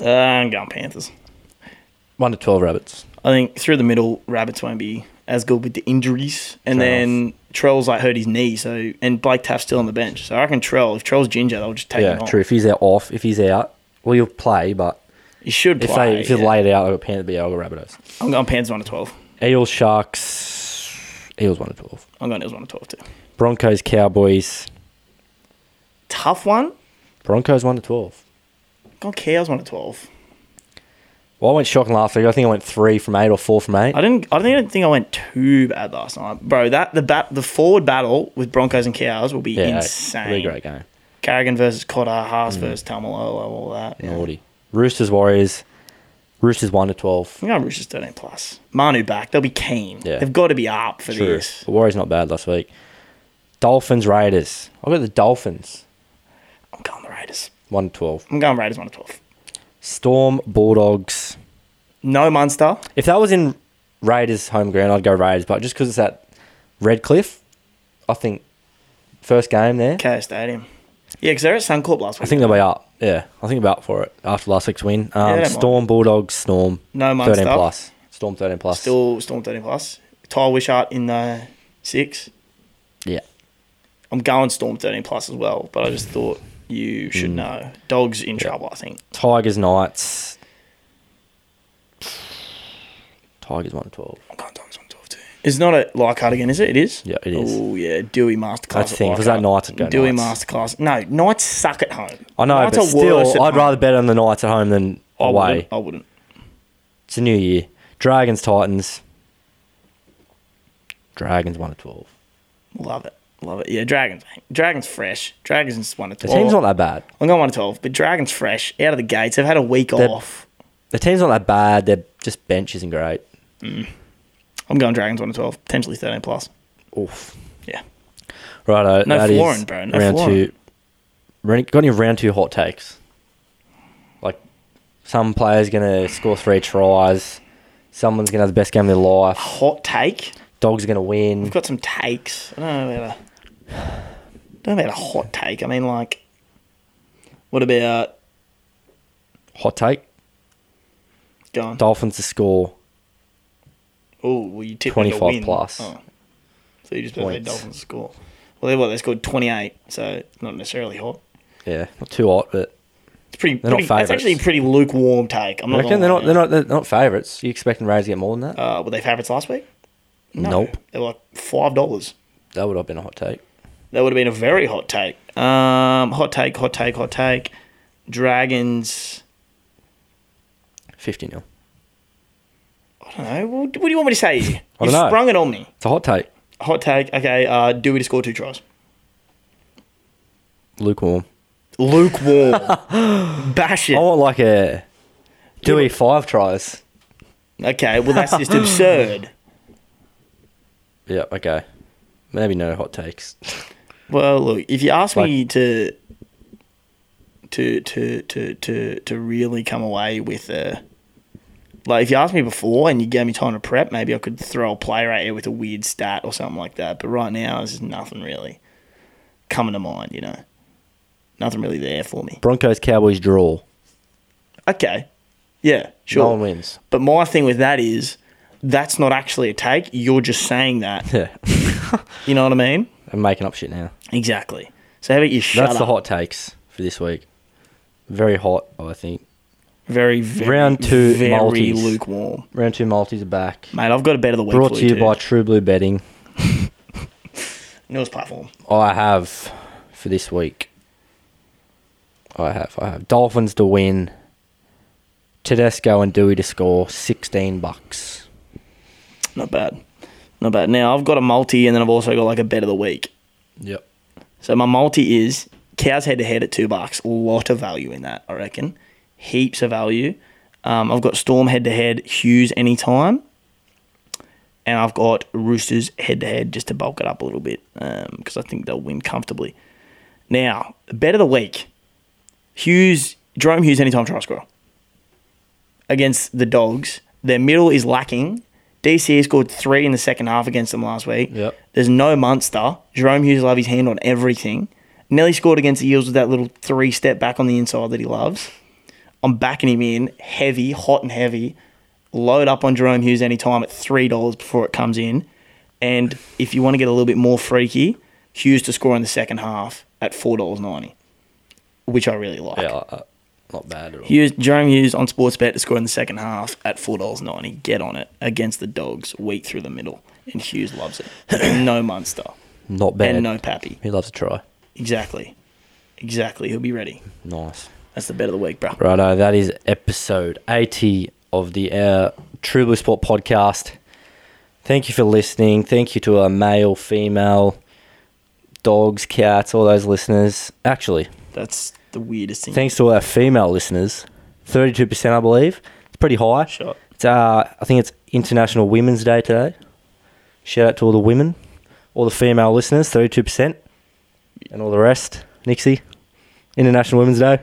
Speaker 2: Uh, I'm going Panthers.
Speaker 1: 1 to 12 Rabbits.
Speaker 2: I think through the middle, Rabbits won't be as good with the injuries. And
Speaker 1: Fair
Speaker 2: then Trell's like hurt his knee, so and Blake Taft's still on the bench. So I reckon Trell, if Trell's ginger, they'll just take
Speaker 1: yeah,
Speaker 2: him
Speaker 1: true.
Speaker 2: off.
Speaker 1: If he's out off, if he's out, well, you'll play, but
Speaker 2: He should
Speaker 1: if
Speaker 2: play.
Speaker 1: they if you
Speaker 2: yeah.
Speaker 1: lay it out, I'll go Panthers, but yeah, I'll go Rabbitohs.
Speaker 2: I'm going Panthers one to twelve.
Speaker 1: Eels, Sharks. Eels 1 to 12.
Speaker 2: I'm going Eels one to twelve too.
Speaker 1: Broncos, Cowboys.
Speaker 2: Tough one.
Speaker 1: Broncos 1 to 12.
Speaker 2: Gone Cows one to twelve.
Speaker 1: Well, I went shocking last week. I think I went 3 from 8 or 4 from 8.
Speaker 2: I didn't. I didn't think I went too bad last night, bro. That the bat the forward battle with Broncos and Cows will be
Speaker 1: yeah,
Speaker 2: insane.
Speaker 1: It'll be a great Mm. game.
Speaker 2: Carrigan versus Cotter, Haas versus Tamalolo, all that. Yeah.
Speaker 1: Naughty. Roosters, Warriors. Roosters 1 to 12.
Speaker 2: I'm going Roosters 13 plus. Manu back. They'll be keen.
Speaker 1: Yeah.
Speaker 2: They've got to be up for this.
Speaker 1: The Warriors not bad last week. Dolphins Raiders. I've got the Dolphins.
Speaker 2: I'm going the Raiders.
Speaker 1: One twelve.
Speaker 2: I'm going Raiders 1 to 12.
Speaker 1: Storm Bulldogs.
Speaker 2: No Munster.
Speaker 1: If that was in Raiders home ground, I'd go Raiders. But just because it's at Redcliffe, I think first game there.
Speaker 2: KO Stadium. Yeah, because they're at Suncorp last
Speaker 1: I
Speaker 2: week.
Speaker 1: think they'll be up. Yeah, I think about for it after last week's win.
Speaker 2: I
Speaker 1: Um,
Speaker 2: don't
Speaker 1: Storm Bulldogs Storm.
Speaker 2: No
Speaker 1: Thirteen
Speaker 2: Munster.
Speaker 1: plus. Storm thirteen plus.
Speaker 2: Still Storm 13 plus. Ty Wishart in the six.
Speaker 1: Yeah.
Speaker 2: I'm going Storm 13 plus as well, but I just thought you
Speaker 1: Mm.
Speaker 2: should know. Dogs in trouble, I think.
Speaker 1: Tigers Knights. Tigers one to twelve.
Speaker 2: I'm going Dogs 1 to 12 too. It's not at Leichhardt again, is it? It is?
Speaker 1: Yeah, it is.
Speaker 2: Oh, yeah. Dewey Masterclass.
Speaker 1: That's the
Speaker 2: at
Speaker 1: thing, 'cause that
Speaker 2: Leichhardt.
Speaker 1: Knights would go
Speaker 2: Dewey
Speaker 1: Knights.
Speaker 2: Masterclass. No, Knights suck at home.
Speaker 1: I know,
Speaker 2: Knights
Speaker 1: but
Speaker 2: are worse at
Speaker 1: still, I'd
Speaker 2: home.
Speaker 1: rather bet on the Knights at home than
Speaker 2: I
Speaker 1: away.
Speaker 2: wouldn't. I wouldn't.
Speaker 1: It's a new year. Dragons, Titans. Dragons 1 to 12.
Speaker 2: Love it. Love it. Yeah, Dragons. mate. Dragons fresh. Dragons one to
Speaker 1: The
Speaker 2: twelve.
Speaker 1: team's not that bad.
Speaker 2: I'm going one to twelve, but Dragons fresh out of the gates. They've had a week
Speaker 1: They're-
Speaker 2: off.
Speaker 1: The team's not that bad. Their just bench isn't great.
Speaker 2: I'm going Dragons one to twelve, potentially thirteen plus.
Speaker 1: Oof.
Speaker 2: Yeah.
Speaker 1: Righto.
Speaker 2: No
Speaker 1: that is
Speaker 2: flooring, bro. No
Speaker 1: round
Speaker 2: flooring.
Speaker 1: two. Ren- Got any round two hot takes? Like, some player's going to score three tries. Someone's going to have the best game of their life.
Speaker 2: Hot take.
Speaker 1: Dogs going to win.
Speaker 2: We've got some takes. I don't know about a. Don't know about a hot take. I mean, like, what about
Speaker 1: Hot take:
Speaker 2: Go on.
Speaker 1: Dolphins to score
Speaker 2: Oh, well, you tipped
Speaker 1: 25
Speaker 2: 25 win.
Speaker 1: plus
Speaker 2: Oh. So you just bet the
Speaker 1: points.
Speaker 2: Dolphins score. Well, they what they scored 28, so it's not necessarily hot.
Speaker 1: Yeah, not too hot, but
Speaker 2: It's pretty.
Speaker 1: They're not
Speaker 2: pretty that's
Speaker 1: favourites.
Speaker 2: actually a pretty lukewarm take. I'm
Speaker 1: I
Speaker 2: not.
Speaker 1: reckon
Speaker 2: Gonna
Speaker 1: they're not,
Speaker 2: lie.
Speaker 1: they're not they're not favourites. You expecting Raiders to get more than that?
Speaker 2: Uh, were they favourites last week?
Speaker 1: Nope,
Speaker 2: They're like five dollars.
Speaker 1: that would have been a hot take.
Speaker 2: That would have been a very hot take. Um, hot take, hot take, hot take. Dragons.
Speaker 1: Fifty nil.
Speaker 2: I don't know. What, what do you want me to say? here?
Speaker 1: <laughs> I
Speaker 2: You've
Speaker 1: don't know.
Speaker 2: sprung it on me.
Speaker 1: It's a hot take.
Speaker 2: Hot take. Okay. Uh, do we to score two tries?
Speaker 1: Lukewarm.
Speaker 2: Lukewarm.
Speaker 1: <laughs>
Speaker 2: Bash it.
Speaker 1: I want like a Dewey five tries.
Speaker 2: Okay. Well, that's just absurd.
Speaker 1: Yeah, okay. Maybe no hot takes. <laughs>
Speaker 2: Well, look, if you ask me
Speaker 1: Like-
Speaker 2: to to to to to to really come away with a like if you asked me before and you gave me time to prep, maybe I could throw a player out here with a weird stat or something like that. But right now, there's nothing really coming to mind. You know, nothing really there for me.
Speaker 1: Broncos Cowboys draw.
Speaker 2: Okay, yeah, sure.
Speaker 1: No one wins.
Speaker 2: But my thing with that is that's not actually a take. You're just saying that.
Speaker 1: <laughs> Yeah.
Speaker 2: You know what I mean?
Speaker 1: I'm making up shit now.
Speaker 2: Exactly. So how about you shut
Speaker 1: That's
Speaker 2: up?
Speaker 1: the hot takes for this week. Very hot, I think.
Speaker 2: Very, very
Speaker 1: Round two
Speaker 2: very
Speaker 1: multis.
Speaker 2: lukewarm.
Speaker 1: Round two multis are back.
Speaker 2: Mate, I've got a better the week.
Speaker 1: Brought
Speaker 2: for
Speaker 1: to you
Speaker 2: too.
Speaker 1: by True Blue Betting.
Speaker 2: Newest platform.
Speaker 1: I have for this week. I have. I have Dolphins to win. Tedesco and Dewey to score. Sixteen bucks.
Speaker 2: Not bad. Not bad. Now I've got a multi and then I've also got like a bet of the week.
Speaker 1: Yep.
Speaker 2: So my multi is cows head to head at two bucks. A lot of value in that, I reckon. Heaps of value. Um, I've got Storm head to head, Hughes anytime. And I've got Roosters head to head just to bulk it up a little bit because I think they'll win comfortably. Now, bet of the week Hughes, Jerome Hughes anytime try scorer against the Dogs. Their middle is lacking. DCA scored three in the second half against them last week.
Speaker 1: Yep.
Speaker 2: There's no Munster. Jerome Hughes will have his hand on everything. Nelly scored against the Eels with that little three step back on the inside that he loves. I'm backing him in heavy, hot and heavy. Load up on Jerome Hughes anytime at $3 before it comes in. And if you want to get a little bit more freaky, Hughes to score in the second half at $4.90, which I really like.
Speaker 1: Yeah. Uh, not bad at all.
Speaker 2: Hughes, Jerome Hughes on Sportsbet to score in the second half at four dollars ninety. Get on it against the Dogs, weak through the middle, and Hughes loves it. <clears throat> no Munster
Speaker 1: Not bad.
Speaker 2: and no Pappy.
Speaker 1: He loves a try.
Speaker 2: Exactly, exactly. He'll be ready.
Speaker 1: Nice.
Speaker 2: That's the bet of the week, bro.
Speaker 1: Righto, that is episode 80 of the uh, True Blue Sport podcast. Thank you for listening. Thank you to our male, female, dogs, cats, all those listeners. Actually,
Speaker 2: That's the weirdest thing.
Speaker 1: thanks to our female listeners, 32%, I believe. It's pretty high.
Speaker 2: Shot.
Speaker 1: It's, uh, I think it's International Women's Day today. Shout out to all the women, all the female listeners, 32%, and all the rest. Nixie, International Women's Day.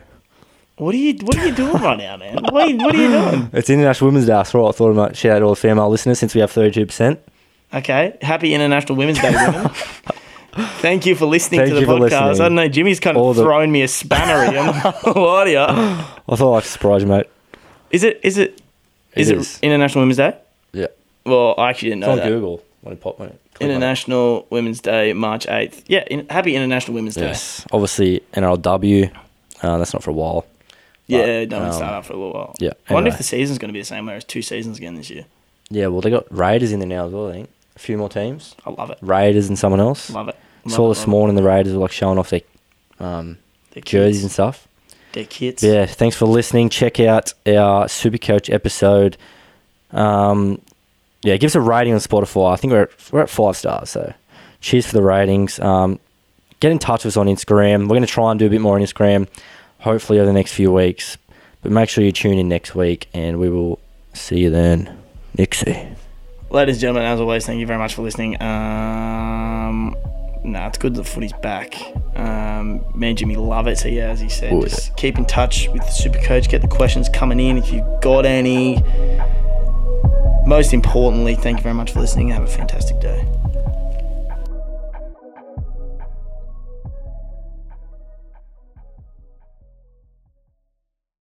Speaker 2: What are you What are you doing right now, man? What are you, what are you doing?
Speaker 1: It's International Women's Day. That's what I thought I might shout out to all the female listeners since we have 32%.
Speaker 2: Okay, happy International Women's Day, women. Thank you for listening
Speaker 1: Thank
Speaker 2: to the
Speaker 1: you for
Speaker 2: podcast. I
Speaker 1: listening.
Speaker 2: don't know. Jimmy's kind
Speaker 1: All
Speaker 2: of
Speaker 1: the-
Speaker 2: thrown me a spanner. here. I'm
Speaker 1: <laughs>
Speaker 2: not gonna lie to ya.
Speaker 1: I thought I'd surprise you, mate.
Speaker 2: Is it? Is it? Is it,
Speaker 1: is.
Speaker 2: International Women's Day?
Speaker 1: Yeah.
Speaker 2: Well, I actually didn't know
Speaker 1: It's on
Speaker 2: that.
Speaker 1: Google when it popped, mate. Click on it.
Speaker 2: International Women's Day, March 8th. Yeah, in, happy International Women's Day.
Speaker 1: Yes. Obviously, NRLW. Uh, that's not for a while.
Speaker 2: Yeah, don't
Speaker 1: um,
Speaker 2: start up for a little while.
Speaker 1: yeah,
Speaker 2: I wonder
Speaker 1: anyway.
Speaker 2: if the season's going to be the same, where it's two seasons again this year.
Speaker 1: Yeah, well, they got Raiders in there now as well, I think. A few more teams.
Speaker 2: I love it.
Speaker 1: Raiders and someone else.
Speaker 2: Love it. Love
Speaker 1: Saw
Speaker 2: it,
Speaker 1: this
Speaker 2: love it.
Speaker 1: morning the Raiders were like showing off their um,
Speaker 2: Their
Speaker 1: jerseys
Speaker 2: kids.
Speaker 1: and stuff.
Speaker 2: Their kids.
Speaker 1: Yeah, thanks for listening. Check out our Super Coach episode. Um, yeah, give us a rating on Spotify. I think we're at, we're at five stars, so cheers for the ratings. Um, get in touch with us on Instagram. We're going to try and do a bit more on Instagram, hopefully over the next few weeks. But make sure you tune in next week, and we will see you then. Nixie.
Speaker 2: Ladies and gentlemen, as always, thank you very much for listening. Um, nah, it's good that footy's back. Um, me and Jimmy love it. So, yeah, as he said,
Speaker 1: Oh, yeah.
Speaker 2: just keep in touch with the super coach. Get the questions coming in if you've got any. Most importantly, thank you very much for listening. Have a fantastic day.